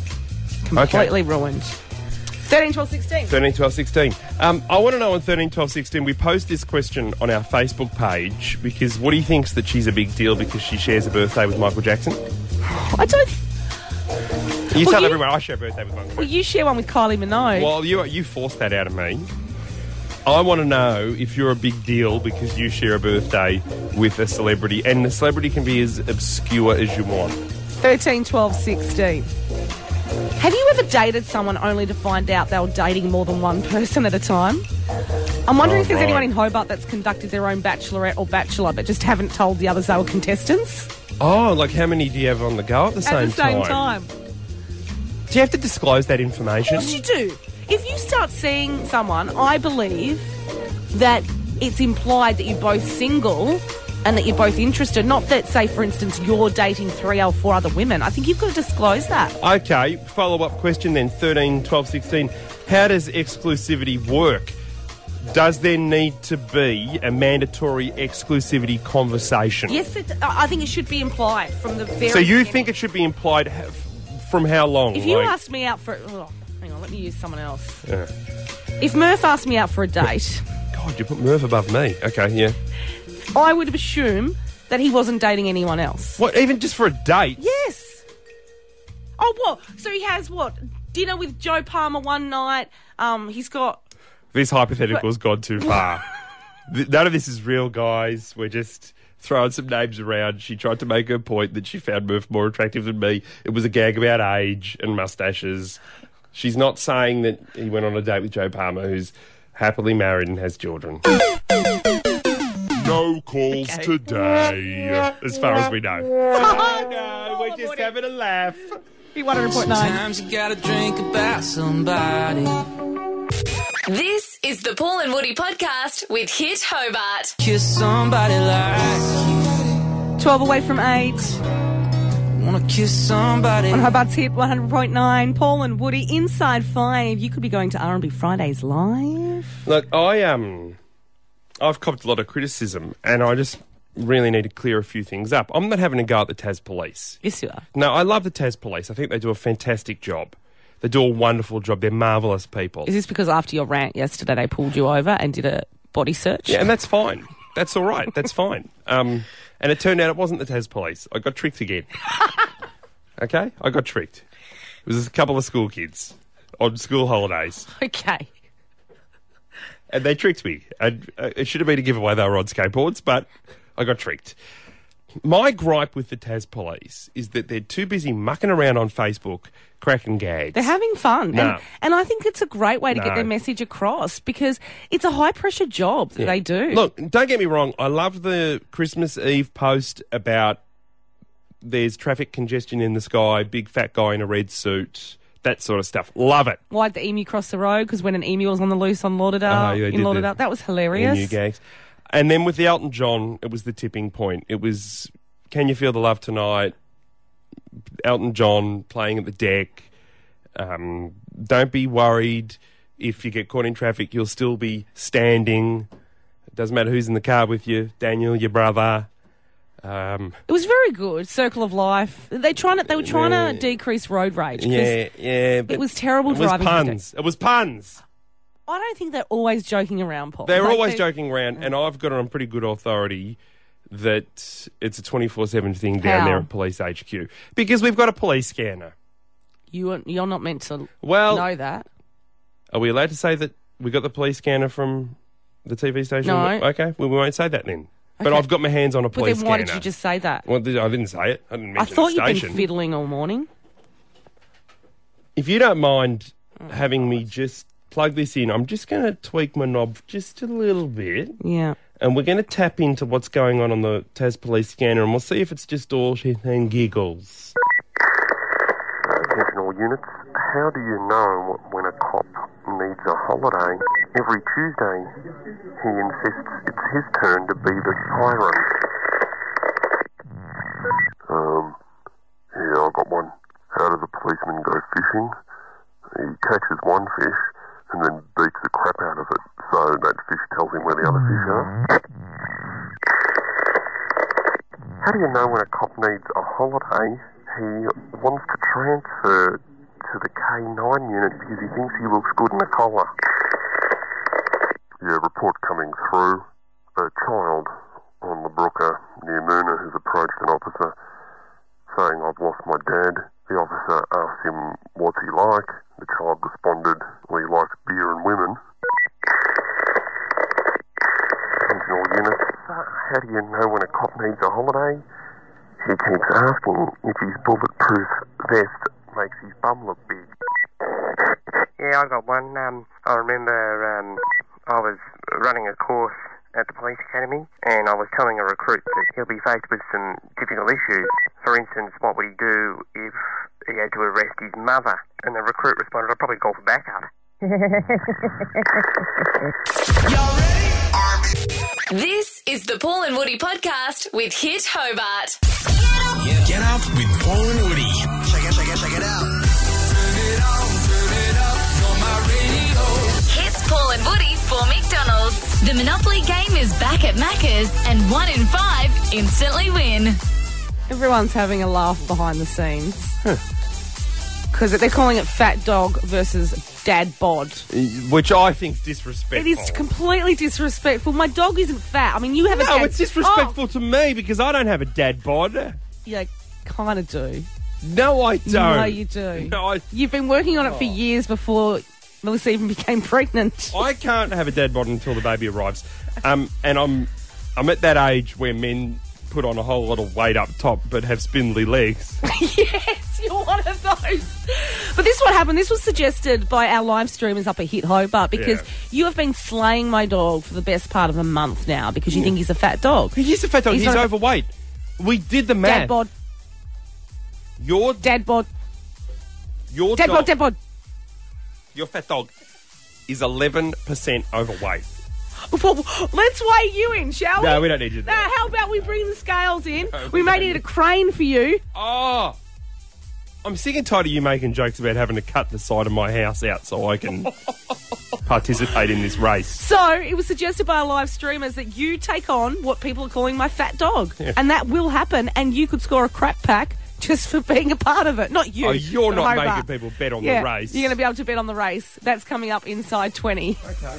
Speaker 5: Completely
Speaker 4: ruined. 13, 12, 16.
Speaker 5: 13, 12, 16. Um, I want to know on 13, 12, 16, we post this question on our Facebook page because Woody thinks that she's a big deal because she shares a birthday with Michael Jackson.
Speaker 4: I don't. Well,
Speaker 5: You tell
Speaker 4: you-
Speaker 5: everyone I share a birthday with Michael
Speaker 4: Well, you share one with Kylie Minogue.
Speaker 5: Well, you, you forced that out of me. I want to know if you're a big deal because you share a birthday with a celebrity, and the celebrity can be as obscure as you want.
Speaker 4: 13, 12, 16. Have you ever dated someone only to find out they were dating more than one person at a time? I'm wondering
Speaker 14: Oh,
Speaker 4: if there's
Speaker 14: right.
Speaker 4: anyone in Hobart that's conducted their own bachelorette or bachelor but just haven't told the others they were contestants
Speaker 5: Oh, like how many do you have on the go at the
Speaker 4: at
Speaker 5: same
Speaker 4: the same time.
Speaker 5: Do you have to disclose that
Speaker 4: Of
Speaker 5: information?
Speaker 4: course you do. If you start seeing someone, I believe that it's implied that you're both single and that you're both interested. Not that, say, for instance, you're dating three or four other women. I think you've got to disclose that.
Speaker 5: Okay, follow up question then 13, 12, 16. How does exclusivity work? Does there need to be a mandatory exclusivity conversation?
Speaker 4: Yes, it, I I think it should be implied from the very.
Speaker 5: So you
Speaker 4: beginning.
Speaker 5: think it should be implied ha- from how long?
Speaker 4: If you
Speaker 5: Like-
Speaker 4: asked me out for, oh, hang on, let me use someone else.
Speaker 5: Yeah.
Speaker 4: If Murph asked me out for a date,
Speaker 5: God, you put Merv above me. Okay, yeah.
Speaker 4: I would assume that he wasn't dating anyone else.
Speaker 5: What, even just for a date?
Speaker 4: Yes. Oh, what? So he has what? Dinner with Joe Palmer one night. Um, he's got.
Speaker 5: This hypothetical's gone too far. Th- None of this is real, guys. We're just throwing some names around. She tried to make her point that she found Murph more attractive than me. It was a gag about age and mustaches. She's not saying that he went on a date with Joe Palmer, who's happily married and has children. No calls today, as far as we know. no, we're just having a laugh.
Speaker 4: Be 100.9.
Speaker 2: Sometimes you gotta drink about somebody.
Speaker 3: This is the Paul and Woody podcast with Hit Hobart.
Speaker 2: Kiss somebody like
Speaker 4: 12 away from 8.
Speaker 2: Wanna kiss somebody.
Speaker 4: On Hobart's Hit 100.9, Paul and Woody inside 5. You could be going to R&B Fridays live.
Speaker 5: Look, I um, I've copped a lot of criticism, and I just really need to clear a few things up. I'm not having a go at the Tas Police.
Speaker 4: Yes, you are.
Speaker 5: No, I love the Tas Police. I think they do a fantastic job. They do a wonderful job. They're marvelous people.
Speaker 4: Is this because after your rant yesterday they pulled you over and did a body search.
Speaker 5: Yeah, and that's fine. That's all right. That's fine. Um, and it turned out it wasn't the Tas police. I got tricked again. okay, I got tricked. It was a couple of school kids on school holidays,
Speaker 4: Okay.
Speaker 5: and they tricked me. And uh, it should have been a giveaway. They were on skateboards, but I got tricked. My gripe with the Tas police is that they're too busy mucking around on Facebook, cracking gags.
Speaker 4: They're having fun.
Speaker 5: No.
Speaker 4: And, and I think it's a great way to
Speaker 5: No.
Speaker 4: get their message across because it's a high pressure job that
Speaker 5: Yeah.
Speaker 4: they do.
Speaker 5: Look, don't get me wrong. I love the Christmas Eve post about there's traffic congestion in the sky, big fat guy in a red suit, that sort of stuff. Love it.
Speaker 4: Why'd the emu cross the road? Because when an emu was on the loose on Lauderdale,
Speaker 5: Oh, yeah, they
Speaker 4: in
Speaker 5: did
Speaker 4: Lauderdale,
Speaker 5: the-
Speaker 4: that was
Speaker 5: And New
Speaker 4: hilarious.
Speaker 5: gags. And then with the Elton John, it was the tipping point. It was Can You Feel the Love Tonight? Elton John playing at the deck. Um, don't be worried. If you get caught in traffic, you'll still be standing. It doesn't matter who's in the car with you, Daniel, your brother. Um,
Speaker 4: It was very good. Circle of life. They trying to, They were trying to decrease road rage. 'cause
Speaker 5: Yeah, yeah. But
Speaker 4: was terrible
Speaker 5: it was
Speaker 4: driving
Speaker 5: Puns.
Speaker 4: conditions.
Speaker 5: It was puns.
Speaker 4: I don't think they're always joking around, Paul.
Speaker 5: They were
Speaker 4: Like,
Speaker 5: always joking around, and I've got it on pretty good authority that it's a 24 7 thing down
Speaker 4: How?
Speaker 5: there at Police HQ because we've got a police scanner.
Speaker 4: You aren't- you're not meant to
Speaker 5: Well-
Speaker 4: know that.
Speaker 5: Are we allowed to say that we got the police scanner from the TV station?
Speaker 4: No.
Speaker 5: Okay, well, we won't say that then. But
Speaker 4: Okay.
Speaker 5: I've got my hands on a
Speaker 4: But
Speaker 5: police
Speaker 4: then why
Speaker 5: scanner.
Speaker 4: did you just say that?
Speaker 5: Well, I didn't say it. I didn't mention
Speaker 4: I thought
Speaker 5: the
Speaker 4: you'd
Speaker 5: station.
Speaker 4: been fiddling all morning.
Speaker 5: If you don't mind
Speaker 4: Mm.
Speaker 5: having me just plug this in, I'm just going to tweak my knob just a little bit.
Speaker 4: Yeah.
Speaker 5: And we're going to tap into what's going on on the Tas police scanner and we'll see if it's just all shit and giggles.
Speaker 14: Attention all units, how do you know when a cop needs a holiday? Every Tuesday, he insists it's his turn to be the siren. Um, yeah, I got one. How does a policeman go fishing? He catches one fish and then beats the crap out of it so that fish tells him where the other fish are. How do you know when a cop needs a holiday? He wants to transfer to the K9 unit because he thinks he looks good in a collar. Yeah, report coming through. A child on the Brooker near Moona has approached an officer saying, I've lost my dad. The officer asked him, what's he like? The child responded, well, he likes beer and women. Attention all units. How do you know when a cop needs a holiday? He keeps asking if his bulletproof vest makes his bum look big.
Speaker 15: Yeah, I got one. Um, I remember um, I was running a course at the police academy, and I was telling a recruit that he'll be faced with some difficult issues. For instance, what would he do if he had to arrest his mother? And the recruit responded, "I'd probably call for backup."
Speaker 3: This is the Paul and Woody podcast with Hit Hobart.
Speaker 1: Yeah. Get up with Paul and Woody. Check it, check it, check it out.
Speaker 3: Hits Paul and Woody for McDonald's. The Monopoly game is back at Macca's, and one in five instantly win.
Speaker 4: Everyone's having a laugh behind the scenes. Because they're calling it Fat Dog versus Dad Bod.
Speaker 5: Which I think's disrespectful.
Speaker 4: It is completely disrespectful. My dog isn't fat. I mean, you have a
Speaker 5: no,
Speaker 4: dad-
Speaker 5: it's disrespectful to me because I don't have a dad bod.
Speaker 4: Oh, yeah, kind of do.
Speaker 5: No, I don't.
Speaker 4: No, you do.
Speaker 5: No, I,
Speaker 4: You've been working on it
Speaker 5: Oh.
Speaker 4: for years before Melissa even became pregnant.
Speaker 5: I can't have a dad bod until the baby arrives. Um, and I'm, I'm at that age where men put on a whole lot of weight up top but have spindly legs.
Speaker 4: yes, you're one of those. But this is what happened. This was suggested by our live streamers up at Hit Hobart because
Speaker 5: Yeah.
Speaker 4: you have been slaying my dog for the best part of a month now because you think he's a fat dog.
Speaker 5: He is a fat dog. He's,
Speaker 4: not a-
Speaker 5: overweight. We did the math.
Speaker 4: Dad bod.
Speaker 5: Your
Speaker 4: dad bod.
Speaker 5: Your
Speaker 4: Dad
Speaker 5: dog,
Speaker 4: bod. Dad bod.
Speaker 5: Your fat dog is 11% overweight.
Speaker 4: Well, let's weigh you in, shall Oh. we?
Speaker 5: No, we don't need you
Speaker 4: Now, how about we bring the scales in?
Speaker 5: No,
Speaker 4: we
Speaker 5: we
Speaker 4: may
Speaker 5: don't
Speaker 4: need a
Speaker 5: need-
Speaker 4: crane for you.
Speaker 5: Oh. I'm sick and tired of you making jokes about having to cut the side of my house out so I can participate in this race.
Speaker 4: So it was suggested by our live streamers that you take on what people are calling my fat dog,
Speaker 5: Yeah.
Speaker 4: and that will happen. And you could score a crap pack just for being a part of it. Not you.
Speaker 5: oh, you're
Speaker 4: but
Speaker 5: not
Speaker 4: Hobart.
Speaker 5: making people bet on
Speaker 4: yeah,
Speaker 5: the race.
Speaker 4: You're going to be able to bet on the race. That's coming up inside twenty.
Speaker 5: Okay.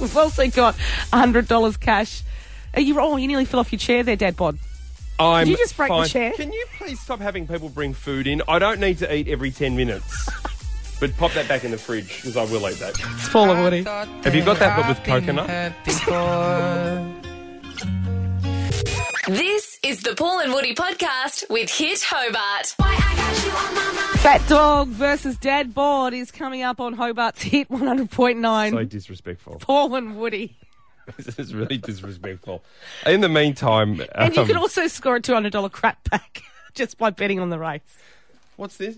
Speaker 4: We've also got $100 cash. Uh, you, oh, you nearly fell off your chair there, Dad Bod.
Speaker 5: I'm
Speaker 4: Did you just break your
Speaker 5: fine.
Speaker 4: chair?
Speaker 5: Can you please stop having people bring food in? I don't need to eat every 10 minutes. but pop that back in the fridge because I will eat that.
Speaker 4: It's fallen, Woody.
Speaker 5: Have you got that but with coconut?
Speaker 3: This is the Paul and Woody podcast with Hit Hobart.
Speaker 4: Fat Dog versus Dad Bod is coming up on Hobart's Hit 100.9.
Speaker 5: So disrespectful.
Speaker 4: Paul and Woody.
Speaker 5: this is really disrespectful. In the meantime,
Speaker 4: And you
Speaker 5: um,
Speaker 4: can also score a $200 crap pack just by betting on the race.
Speaker 5: What's this?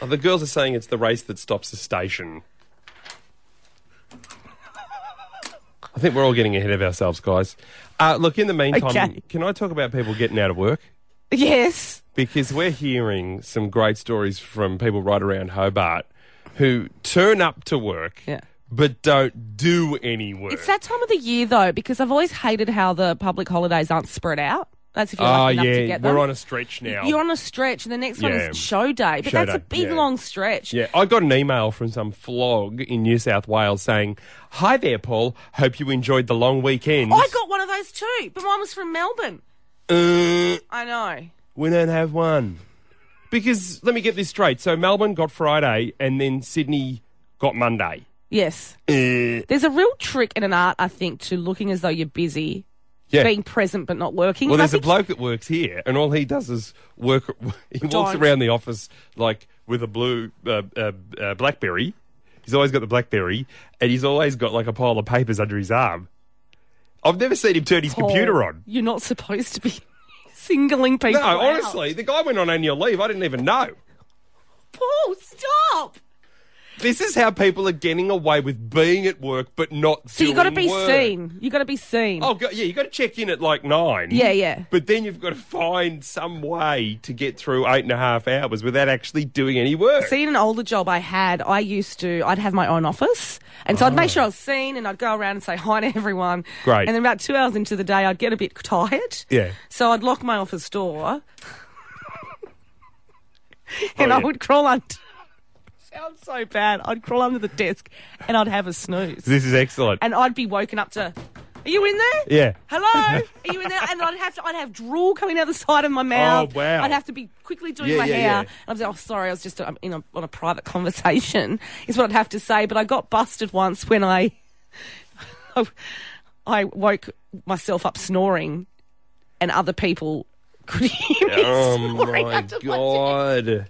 Speaker 5: oh, the girls are saying it's the race that stops the station. I think we're all getting ahead of ourselves, guys. Uh, look, in the meantime,
Speaker 4: Okay.
Speaker 5: can I talk about people getting out of work?
Speaker 4: Yes.
Speaker 5: because we're hearing some great stories from people right around Hobart who turn up to work but don't do any work.
Speaker 4: It's that time of the year, though, because I've always hated how the public holidays aren't spread out. That's if you're
Speaker 5: oh
Speaker 4: lucky enough
Speaker 5: yeah,
Speaker 4: to get them.
Speaker 5: we're on a stretch now.
Speaker 4: You're on a stretch, and the next one
Speaker 5: Yeah.
Speaker 4: is show day. But
Speaker 5: Show
Speaker 4: that's a
Speaker 5: day,
Speaker 4: big,
Speaker 5: yeah.
Speaker 4: long stretch.
Speaker 5: yeah, I got an email from some flog in New South Wales saying, "Hi there, Paul. Hope you enjoyed the long weekend.
Speaker 4: Oh, I got one of those too, but mine was from Melbourne.
Speaker 5: Uh,
Speaker 4: I know.
Speaker 5: we don't have one because let me get this straight. So Melbourne got Friday, and then Sydney got Monday.
Speaker 4: Yes.
Speaker 5: Uh,
Speaker 4: There's a real trick and an art, I think, to looking as though you're busy,
Speaker 5: Yeah.
Speaker 4: being present but not working.
Speaker 5: Well,
Speaker 4: And I
Speaker 5: there's a
Speaker 4: think-
Speaker 5: bloke that works here, and all he does is work. He walks
Speaker 4: Don't.
Speaker 5: around the office like with a blue uh, uh, uh, BlackBerry. He's always got the BlackBerry, and he's always got like a pile of papers under his arm. I've never seen him turn his
Speaker 4: Paul,
Speaker 5: computer on.
Speaker 4: You're not supposed to be singling people.
Speaker 5: No,
Speaker 4: out.
Speaker 5: honestly, the guy went on annual leave. I didn't even know.
Speaker 4: Paul, stop.
Speaker 5: This is how people are getting away with being at work but not.
Speaker 4: So you
Speaker 5: got to
Speaker 4: be seen. You got to be seen.
Speaker 5: Oh, go- yeah, you got to check in at like nine.
Speaker 4: Yeah, yeah.
Speaker 5: But then you've got to find some way to get through eight and a half hours without actually doing any work.
Speaker 4: See, in an older job I had, I used to, I'd have my own office. And so I'd make sure I was seen and I'd go around and say hi to everyone.
Speaker 5: Ah. Great.
Speaker 4: And then about two hours into the day, I'd get a bit tired.
Speaker 5: Yeah.
Speaker 4: So I'd lock my office door and
Speaker 5: Oh,
Speaker 4: I
Speaker 5: yeah.
Speaker 4: would crawl under. Sounds so bad. I'd crawl under the desk and I'd have a snooze.
Speaker 5: This is excellent.
Speaker 4: And I'd be woken up to, are you in there?
Speaker 5: Yeah.
Speaker 4: Hello? Are you in there? And I'd have to, I'd have drool coming out the side of my mouth.
Speaker 5: Oh, wow.
Speaker 4: I'd have to be quickly doing
Speaker 5: Yeah,
Speaker 4: my
Speaker 5: yeah,
Speaker 4: hair.
Speaker 5: yeah.
Speaker 4: And I'd say, oh, sorry, I was just I'm in a, on a private conversation, is what I'd have to say. But I got busted once when I, I, woke myself up snoring and other people could hear me
Speaker 5: Oh
Speaker 4: snoring.
Speaker 5: my god!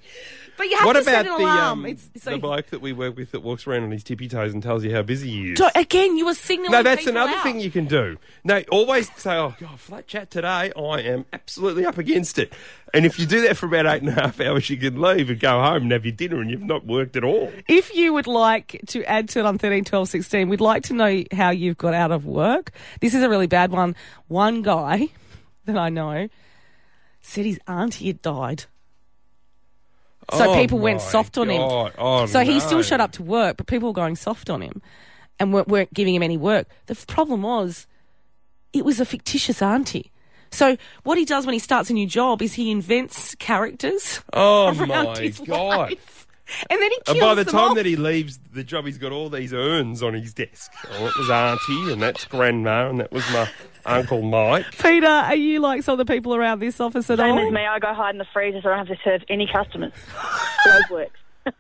Speaker 4: But you have
Speaker 5: what
Speaker 4: to
Speaker 5: about
Speaker 4: set an
Speaker 5: the,
Speaker 4: alarm.
Speaker 5: um,
Speaker 4: It's- it's
Speaker 5: the
Speaker 4: like-
Speaker 5: bloke that we work with that walks around on his tippy toes and tells you how busy he is?
Speaker 4: Don't- again, you were signaling
Speaker 5: no, that's
Speaker 4: people
Speaker 5: another
Speaker 4: out.
Speaker 5: thing you can do. No, always say, "Oh God, flat chat today. I am absolutely up against it." And if you do that for about eight and a half hours, you can leave and go home and have your dinner, and you've not worked at all.
Speaker 4: If you would like to add to it on 13, 12, 16, we'd like to know how you've got out of work. This is a really bad one. One guy that I know said his auntie had died. So
Speaker 5: Oh
Speaker 4: people went
Speaker 5: my
Speaker 4: soft on
Speaker 5: God.
Speaker 4: him.
Speaker 5: Oh,
Speaker 4: so he still
Speaker 5: no.
Speaker 4: showed up to work, but people were going soft on him and weren't, weren't giving him any work. The f- problem was it was a fictitious auntie. So what he does when he starts a new job is he invents characters.
Speaker 5: Oh
Speaker 4: around
Speaker 5: my
Speaker 4: his
Speaker 5: God.
Speaker 4: life. And then he kills
Speaker 5: And by the
Speaker 4: them
Speaker 5: time
Speaker 4: off.
Speaker 5: that he leaves the job, he's got all these urns on his desk. Oh, it was Auntie, and that's Grandma, and that was my Uncle Mike.
Speaker 4: Peter, are you like some of the people around this office at
Speaker 10: Same
Speaker 4: all?
Speaker 10: as me, I go hide in the freezer so I don't have to serve any customers. Road work.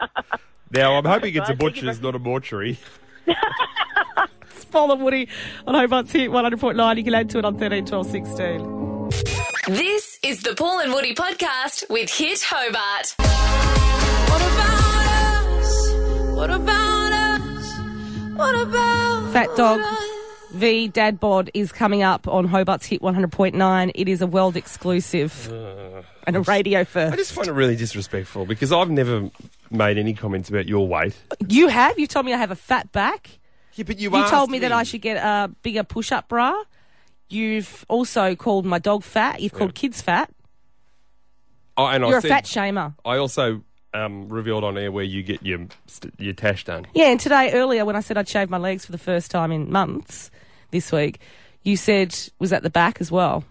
Speaker 5: Now, I'm hoping it's a butcher's, not a mortuary.
Speaker 4: It's Paul and Woody on Hobart's Hit 100.9. You can add to it on 13, 12, 16.
Speaker 3: This is the Paul and Woody podcast with Hit Hobart.
Speaker 7: What about us? What about
Speaker 4: Fat Dog v Dad Bod is coming up on Hobart's Hit 100.9. It is a world exclusive and a radio first.
Speaker 5: I just find it really disrespectful because I've never made any comments about your weight.
Speaker 4: You have? You told me I have a fat back.
Speaker 5: Yeah, but you
Speaker 4: You told
Speaker 5: asked
Speaker 4: me, that
Speaker 5: me.
Speaker 4: I should get a bigger push up bra. You've also called my dog fat. You've called kids fat.
Speaker 5: Oh, and
Speaker 4: You're
Speaker 5: I
Speaker 4: a
Speaker 5: said,
Speaker 4: fat shamer.
Speaker 5: I also um, revealed on air where you get your st- your tash done.
Speaker 4: Yeah, and today earlier when I said I'd shaved my legs for the first time in months this week, you said was at the back as well.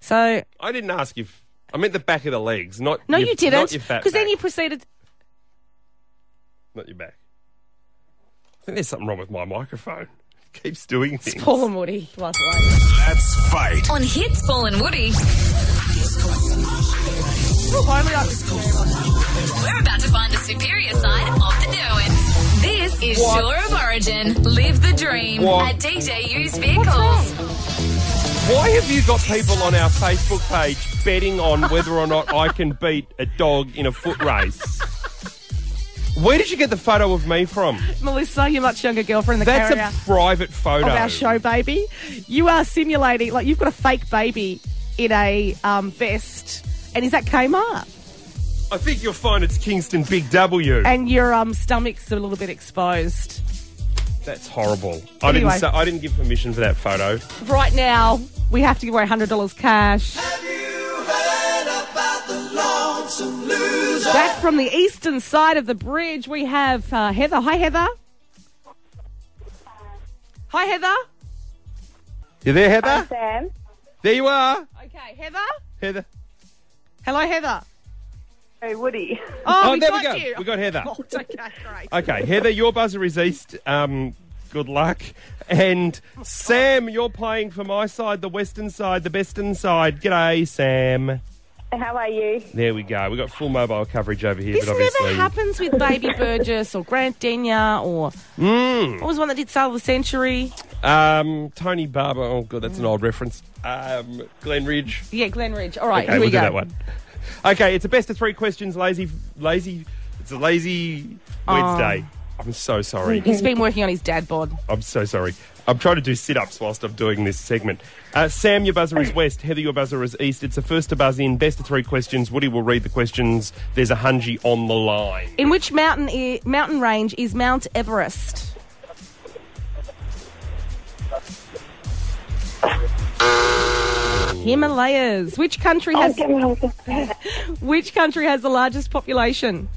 Speaker 4: So
Speaker 5: I didn't ask if I meant the back of the legs, not
Speaker 4: no,
Speaker 5: your,
Speaker 4: you didn't,
Speaker 5: not your fat
Speaker 4: because then
Speaker 5: back,
Speaker 4: you proceeded.
Speaker 5: not your back. I think there's something wrong with my microphone. keeps doing
Speaker 4: It's
Speaker 5: things.
Speaker 4: Paul and Woody. Love life.
Speaker 5: Let's fight.
Speaker 3: On Hits Paul and Woody. We're about to find the superior side of the Derwents. This is
Speaker 5: What?
Speaker 3: Shore of Origin. Live the dream
Speaker 5: What?
Speaker 3: at DJ Used Vehicles.
Speaker 5: Why have you got people on our Facebook page betting on whether or not I can beat a dog in a foot race? Where did you get the photo of me from?
Speaker 4: Melissa, your much younger girlfriend, the
Speaker 5: That's
Speaker 4: carrier
Speaker 5: a private
Speaker 4: of
Speaker 5: photo.
Speaker 4: our show, baby. You are simulating, like, you've got a fake baby in a um, vest. And is that Kmart?
Speaker 5: I think you'll find it's Kingston Big W.
Speaker 4: And your um, stomach's a little bit exposed.
Speaker 5: That's horrible. I
Speaker 4: Anyway.
Speaker 5: didn't. Say, I didn't give permission for that photo.
Speaker 4: Right now, we have to give away $100 cash. Back from the eastern side of the bridge, we have uh, Heather. Hi, Heather. Hi, Heather.
Speaker 5: You there, Heather?
Speaker 4: Sam.
Speaker 5: There you are,
Speaker 4: Okay, Heather.
Speaker 5: Heather.
Speaker 4: Hello, Heather.
Speaker 16: Hey, Woody.
Speaker 4: Oh,
Speaker 5: Oh,
Speaker 4: we
Speaker 5: there we
Speaker 4: got
Speaker 5: go.
Speaker 4: you.
Speaker 5: We got Heather.
Speaker 4: Oh, okay, great.
Speaker 5: Okay, Heather, your buzzer is east. Um, good luck. And Sam, you're playing for my side, the western side, the bestern side. G'day, Sam.
Speaker 16: How are you?
Speaker 5: There we go. We've got full mobile coverage over here,
Speaker 4: This
Speaker 5: but
Speaker 4: never
Speaker 5: obviously.
Speaker 4: happens with Baby Burgess or Grant Denyer or what
Speaker 5: Mm.
Speaker 4: was one that did Sale of the Century?
Speaker 5: Um, Tony Barber. Oh, God, that's an old reference. Um, Glen Ridge.
Speaker 4: Yeah, Glen Ridge. All right,
Speaker 5: okay,
Speaker 4: here
Speaker 5: we'll
Speaker 4: we
Speaker 5: do
Speaker 4: go.
Speaker 5: that one. Okay, it's a best of three questions, lazy, lazy. It's a lazy
Speaker 4: Oh.
Speaker 5: Wednesday. I'm so sorry.
Speaker 4: He's been working on his dad bod.
Speaker 5: I'm so sorry. I'm trying to do sit ups whilst I'm doing this segment. Uh, Sam, your buzzer is west. Heather, your buzzer is east. It's the first to buzz in. Best of three questions. Woody will read the questions. There's a hungy on the line.
Speaker 4: In which mountain I- mountain range is Mount Everest? Himalayas. Which country has which country has the largest population?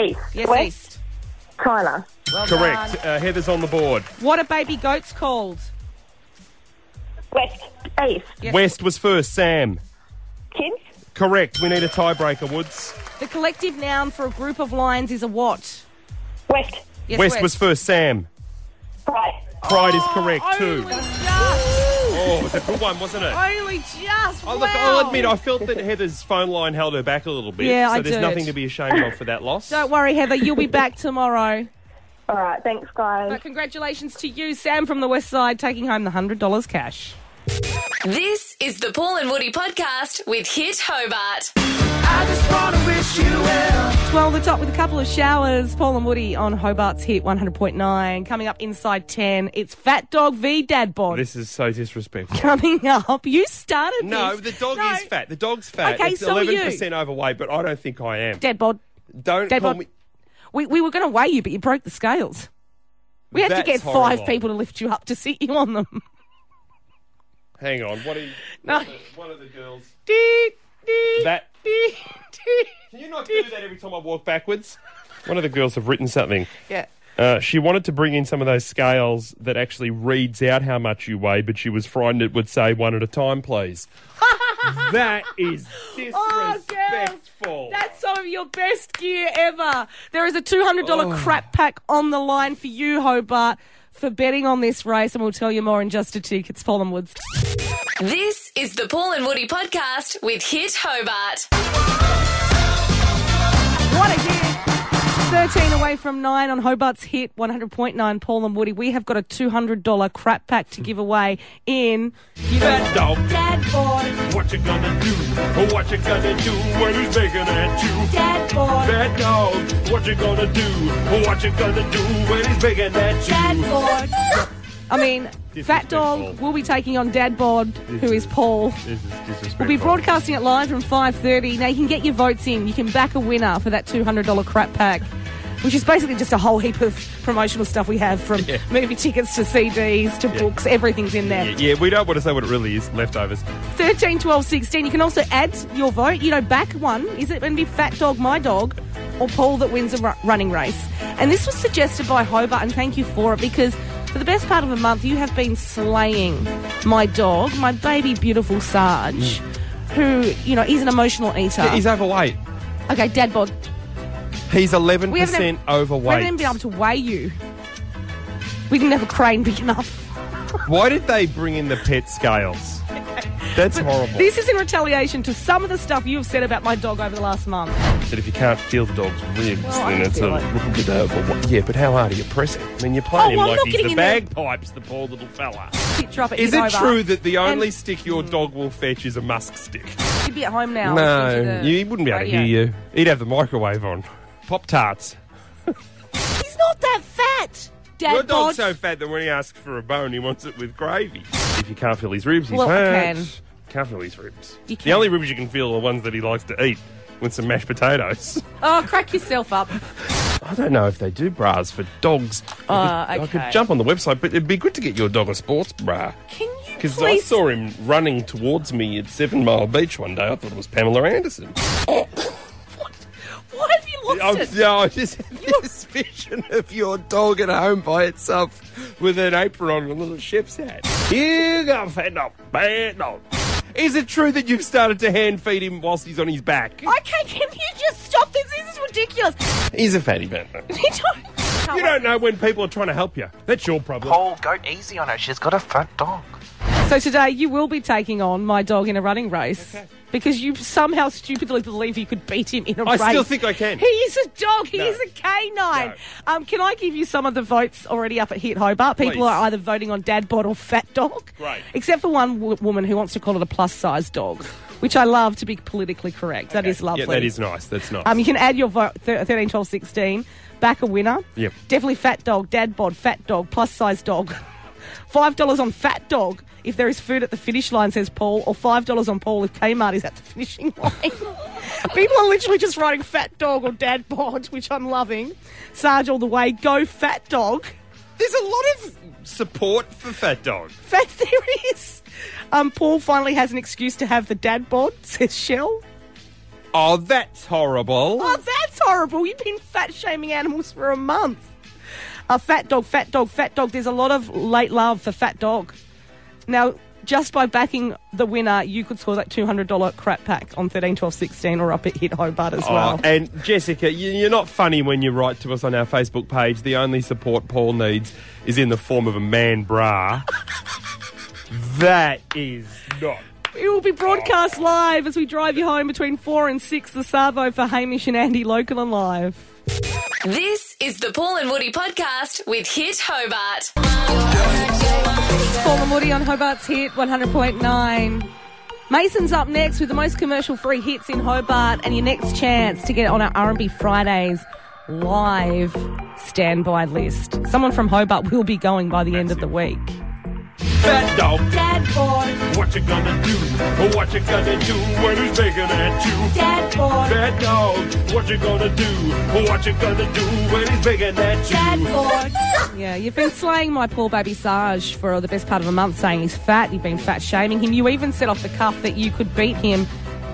Speaker 16: East.
Speaker 4: Yes,
Speaker 16: West?
Speaker 4: east.
Speaker 16: China.
Speaker 5: Correct. Uh, Heather's on the board.
Speaker 4: What are baby goats called?
Speaker 16: West. East.
Speaker 5: West was first. Sam.
Speaker 16: Kids.
Speaker 5: Correct. We need a tiebreaker, Woods.
Speaker 4: The collective noun for a group of lions is a what?
Speaker 16: West.
Speaker 4: Yes,
Speaker 5: west, was first. Sam.
Speaker 16: Pride.
Speaker 5: Pride is correct, too.
Speaker 4: Oh,
Speaker 5: it was a good one, wasn't it?
Speaker 4: Only just.
Speaker 5: Oh, look, I'll admit, I felt that Heather's phone line held her back a little bit.
Speaker 4: Yeah,
Speaker 5: so
Speaker 4: I
Speaker 5: there's
Speaker 4: did.
Speaker 5: nothing to be ashamed of for that loss.
Speaker 4: Don't worry, Heather. You'll be back tomorrow.
Speaker 16: All right. Thanks, guys.
Speaker 4: But congratulations to you, Sam from the West Side, taking home the hundred dollars cash.
Speaker 3: This is the Paul and Woody podcast with Hit Hobart.
Speaker 4: Twelve the top with a couple of showers. Paul and Woody on Hobart's hit one hundred point nine. Coming up inside ten, it's Fat Dog v Dad Bod.
Speaker 5: This is so disrespectful.
Speaker 4: Coming up, you started
Speaker 5: No,
Speaker 4: this.
Speaker 5: the dog is fat. The dog's fat.
Speaker 4: Okay,
Speaker 5: it's
Speaker 4: so are you.
Speaker 5: 11% overweight, but I don't think I am.
Speaker 4: Dad Bod.
Speaker 5: Don't
Speaker 4: Dad
Speaker 5: call
Speaker 4: bod.
Speaker 5: me.
Speaker 4: We we were going to weigh you, but you broke the scales. We had
Speaker 5: That's
Speaker 4: to get
Speaker 5: horrible.
Speaker 4: five people to lift you up to sit you on them.
Speaker 5: Hang on. What are you.
Speaker 4: No.
Speaker 5: One, of the, one of the girls.
Speaker 4: That.
Speaker 5: That- Can you not do that every time I walk backwards? One of the girls have written something.
Speaker 4: Yeah.
Speaker 5: Uh, she wanted to bring in some of those scales that actually reads out how much you weigh, but she was frightened it would say one at a time, please. that is
Speaker 4: Oh, girls, that's some of your best gear ever. There is a $200
Speaker 5: Oh.
Speaker 4: crap pack on the line for you, Hobart, for betting on this race, and we'll tell you more in just a tick. It's Fallen Woods.
Speaker 3: This is the Paul and Woody podcast with Hit Hobart.
Speaker 4: What a year. 13 away from 9 on Hobart's hit 100.9 Paul and Woody. We have got a $200 crap pack to give away in
Speaker 5: Fat dog.
Speaker 4: Dad bod.
Speaker 5: What you gonna do? What you gonna do when he's making at you?
Speaker 4: Dad bod.
Speaker 5: Fat dog. What you gonna do? What you gonna do when he's making at you?
Speaker 4: Dad I mean, Fat Dog will be taking on Dad Bod, who is Paul.
Speaker 5: This is disrespectful.
Speaker 4: We'll be broadcasting it live from 5.30. Now, you can get your votes in. You can back a winner for that $200 crap pack, which is basically just a whole heap of promotional stuff we have from movie tickets to CDs to books. Everything's in there.
Speaker 5: Yeah, yeah, we don't want to say what it really is. Leftovers.
Speaker 4: 13, 12, 16. You can also add your vote. You know, back one. Is it going to be Fat Dog, My Dog, or Paul that wins a ru- running race? And this was suggested by Hobart, and thank you for it because for the best part of a month, you have been slaying my dog, my baby, beautiful Sarge, who, you know, he's an emotional eater.
Speaker 5: He's overweight.
Speaker 4: okay, Dad Bod.
Speaker 5: He's eleven
Speaker 4: We haven't-
Speaker 5: percent overweight.
Speaker 4: We haven't even been able to weigh you. We didn't have a crane big enough.
Speaker 13: Why did they bring in the pet scales? That's horrible.
Speaker 4: This is in retaliation to some of the stuff you've said about my dog over the last month.
Speaker 5: That if you can't feel the dog's ribs,
Speaker 4: Well, I
Speaker 5: then it's a
Speaker 4: feel
Speaker 5: little bit over. What? Yeah, but how hard are you pressing? I mean, you're playing
Speaker 4: Oh,
Speaker 5: him
Speaker 4: well, I'm
Speaker 5: like
Speaker 4: not
Speaker 5: he's
Speaker 4: getting
Speaker 5: the
Speaker 4: in there.
Speaker 5: bagpipes, the poor little fella.
Speaker 4: Shit, drop it.
Speaker 5: Is
Speaker 4: he's
Speaker 5: it
Speaker 4: over.
Speaker 5: true that the only
Speaker 4: And
Speaker 5: stick your dog will fetch is a musk stick?
Speaker 4: He'd be at home now.
Speaker 5: no,
Speaker 4: listening to Oh, the
Speaker 5: you, he wouldn't be able
Speaker 4: radio.
Speaker 5: to hear you. He'd have the microwave on. Pop tarts.
Speaker 4: He's not that fat, Dad.
Speaker 5: Your
Speaker 4: bod.
Speaker 5: dog's so fat that when he asks for a bone, he wants it with gravy. If you can't feel his ribs, he's
Speaker 4: Well, I
Speaker 5: fat.
Speaker 4: can.
Speaker 5: Can't feel his ribs.
Speaker 4: You
Speaker 5: The only ribs you can feel are ones that he likes to eat with some mashed potatoes.
Speaker 4: Oh, crack yourself up.
Speaker 5: I don't know if they do bras for dogs.
Speaker 4: Ah,
Speaker 5: I, could, I
Speaker 4: okay.
Speaker 5: could jump on the website, but it'd be good to get your dog a sports bra. Can you Because I
Speaker 4: please-
Speaker 5: saw him running towards me at Seven Mile Beach one day. I thought it was Pamela Anderson.
Speaker 4: Why have you lost
Speaker 5: I'm,
Speaker 4: it?
Speaker 5: no, I just had this vision of your dog at home by itself with an apron on and a little chef's hat. You got fat dog, bad dog. Is it true that you've started to hand feed him whilst he's on his back?
Speaker 4: Okay, can you just stop this? This is ridiculous.
Speaker 5: He's a fatty man. though.
Speaker 4: You don't-
Speaker 5: You don't know when people are trying to help you. That's your problem.
Speaker 17: Paul, go easy on her. She's got a fat dog.
Speaker 4: So today you will be taking on my dog in a running race. Because you somehow stupidly believe you could beat him in a
Speaker 5: I
Speaker 4: race.
Speaker 5: still think I can.
Speaker 4: He is a dog. He
Speaker 5: No.
Speaker 4: is a canine. Um, can I give you some of the votes already up at Hit Hobart? People
Speaker 5: Please.
Speaker 4: are either voting on dad bod or fat dog.
Speaker 5: Great.
Speaker 4: Except for one w- woman who wants to call it a plus size dog, which I love to be politically correct. That is lovely.
Speaker 5: Yeah, that is nice. That's nice.
Speaker 4: Um, you can add your vote thir- 13, 12, 16. Back a winner.
Speaker 5: Yep.
Speaker 4: Definitely fat dog, dad bod, fat dog, plus size dog. $5 on fat dog if there is food at the finish line, says Paul, or $5 on Paul if Kmart is at the finishing line. People are literally just writing fat dog or dad bod, which I'm loving. Sarge all the way, go fat dog.
Speaker 5: There's a lot of Support for fat dog.
Speaker 4: fat there is. Um, Paul finally has an excuse to have the dad bod, says Shell.
Speaker 5: Oh, that's horrible.
Speaker 4: Oh, that's horrible. You've been fat shaming animals for a month. A fat dog, fat dog, fat dog. There's a lot of late love for fat dog. Now, just by backing the winner, you could score that $200 crap pack on 13, 12, 16 or up at Hit Hobart as well.
Speaker 5: Oh, and Jessica, you- you're not funny when you write to us on our Facebook page. The only support Paul needs is in the form of a man bra. that is not.
Speaker 4: It will be broadcast live as we drive you home between 4 and 6, the Savo for Hamish and Andy Local and Live.
Speaker 3: This is the Paul and Woody podcast with Hit Hobart.
Speaker 4: It's Paul and Woody on Hobart's Hit 100.9. Mason's up next with the most commercial-free hits in Hobart and your next chance to get on our R&B Fridays live standby list. Someone from Hobart will be going by the end of the week.
Speaker 5: Fat dog.
Speaker 4: Dad boy.
Speaker 5: What you gonna do? What you gonna do when he's making at you?
Speaker 4: Dad boy.
Speaker 5: Fat dog. What you gonna do? What you gonna do when he's making at you? Dad boy.
Speaker 4: Yeah, you've been slaying my poor baby Sarge for the best part of a month saying he's fat. You've been fat shaming him. You even said off the cuff that you could beat him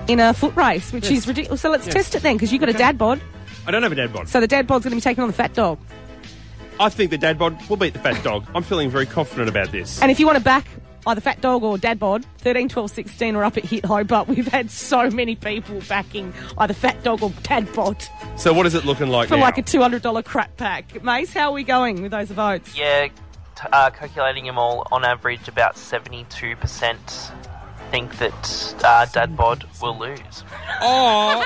Speaker 4: in a foot race, which
Speaker 5: Yes.
Speaker 4: is ridiculous. So let's
Speaker 5: Yes.
Speaker 4: test it then because you got a dad bod.
Speaker 5: I don't have a dad bod.
Speaker 4: So the dad bod's going to be taking on the fat dog.
Speaker 5: I think the dad bod will beat the fat dog. I'm feeling very confident about this.
Speaker 4: And if you want to back either Fat Dog or Dad Bod, 13, 12, 16 are up at Hit Hobart. We've had so many people backing either Fat Dog or Dad Bod
Speaker 5: So what is it looking like
Speaker 4: for
Speaker 5: now?
Speaker 4: like a $200 crap pack. Mace, how are we going with those votes?
Speaker 17: Yeah, t- uh, calculating them all, on average, about 72% think that uh, Dad Bod will lose.
Speaker 5: Oh,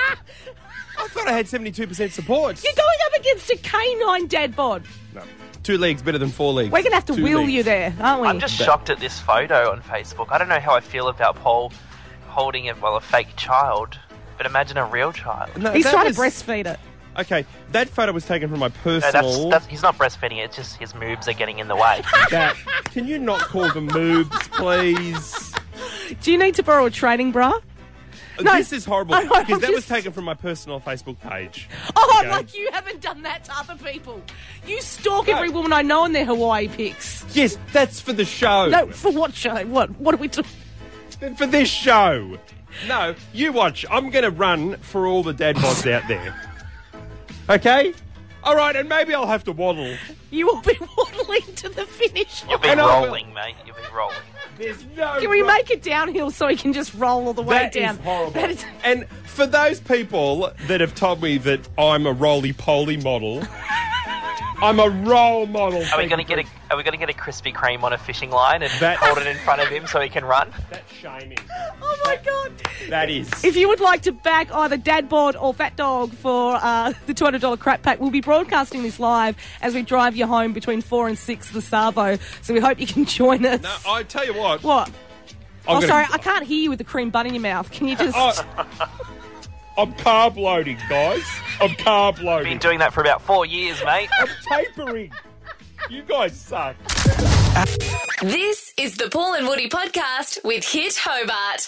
Speaker 5: I thought I had 72% support.
Speaker 4: You're going up against a canine Dad Bod.
Speaker 5: No. Two legs better than four legs.
Speaker 4: We're going to have to
Speaker 5: Two
Speaker 4: wheel
Speaker 5: legs.
Speaker 4: you there, aren't we?
Speaker 17: I'm just shocked at this photo on Facebook. I don't know how I feel about Paul holding it, well, a fake child, but imagine a real child.
Speaker 5: No,
Speaker 4: He's
Speaker 5: that
Speaker 4: trying
Speaker 5: was-
Speaker 4: to breastfeed it.
Speaker 5: Okay, that photo was taken from my
Speaker 17: No,
Speaker 5: personal.
Speaker 17: that's, that's, he's not breastfeeding it, it's just his moobs are getting in the way.
Speaker 5: that- can you not call them moobs, please?
Speaker 4: Do you need to borrow a training bra? No,
Speaker 5: this is horrible
Speaker 4: I know, I'm
Speaker 5: because that was
Speaker 4: just-
Speaker 5: taken from my personal Facebook page.
Speaker 4: Oh,
Speaker 5: Okay?
Speaker 4: like you haven't done that to other people. You stalk every woman I know in their Hawaii pics.
Speaker 5: Yes, that's for the show.
Speaker 4: No, for what show? What? What are we doing?
Speaker 5: For this show. No, you watch. I'm going to run for all the dad bods out there. Okay? All right, and maybe I'll have to waddle.
Speaker 4: You will be waddling to the finish line.
Speaker 17: You'll be
Speaker 5: And I will-
Speaker 17: rolling, mate. You'll be rolling.
Speaker 5: There's no.
Speaker 4: Can we
Speaker 5: way-
Speaker 4: make it downhill so he can just roll all the way
Speaker 5: That is
Speaker 4: down?
Speaker 5: horrible.
Speaker 4: That is-
Speaker 5: And for those people that have told me that I'm a roly poly model, I'm a role model.
Speaker 8: Are we going to get a Are we going to get a Krispy Kreme on a fishing line and hold it in front of him so he can run?
Speaker 5: That's shaming.
Speaker 4: Oh my god!
Speaker 5: That is.
Speaker 4: If you would like to back either Dad Board or Fat Dog for uh, the two hundred dollar crap pack, we'll be broadcasting this live as we drive you home between four and six the Savo. So we hope you can join us.
Speaker 18: No, I tell you what.
Speaker 4: What?
Speaker 18: I'm
Speaker 4: oh,
Speaker 18: gonna-
Speaker 4: sorry, I can't hear you with the cream bun in your mouth. Can you just?
Speaker 5: I'm carb loading, guys. I'm carb loading.
Speaker 8: Been doing that for about four years, mate.
Speaker 5: I'm tapering. You guys suck.
Speaker 3: This is the Paul and Woody podcast with Hit Hobart.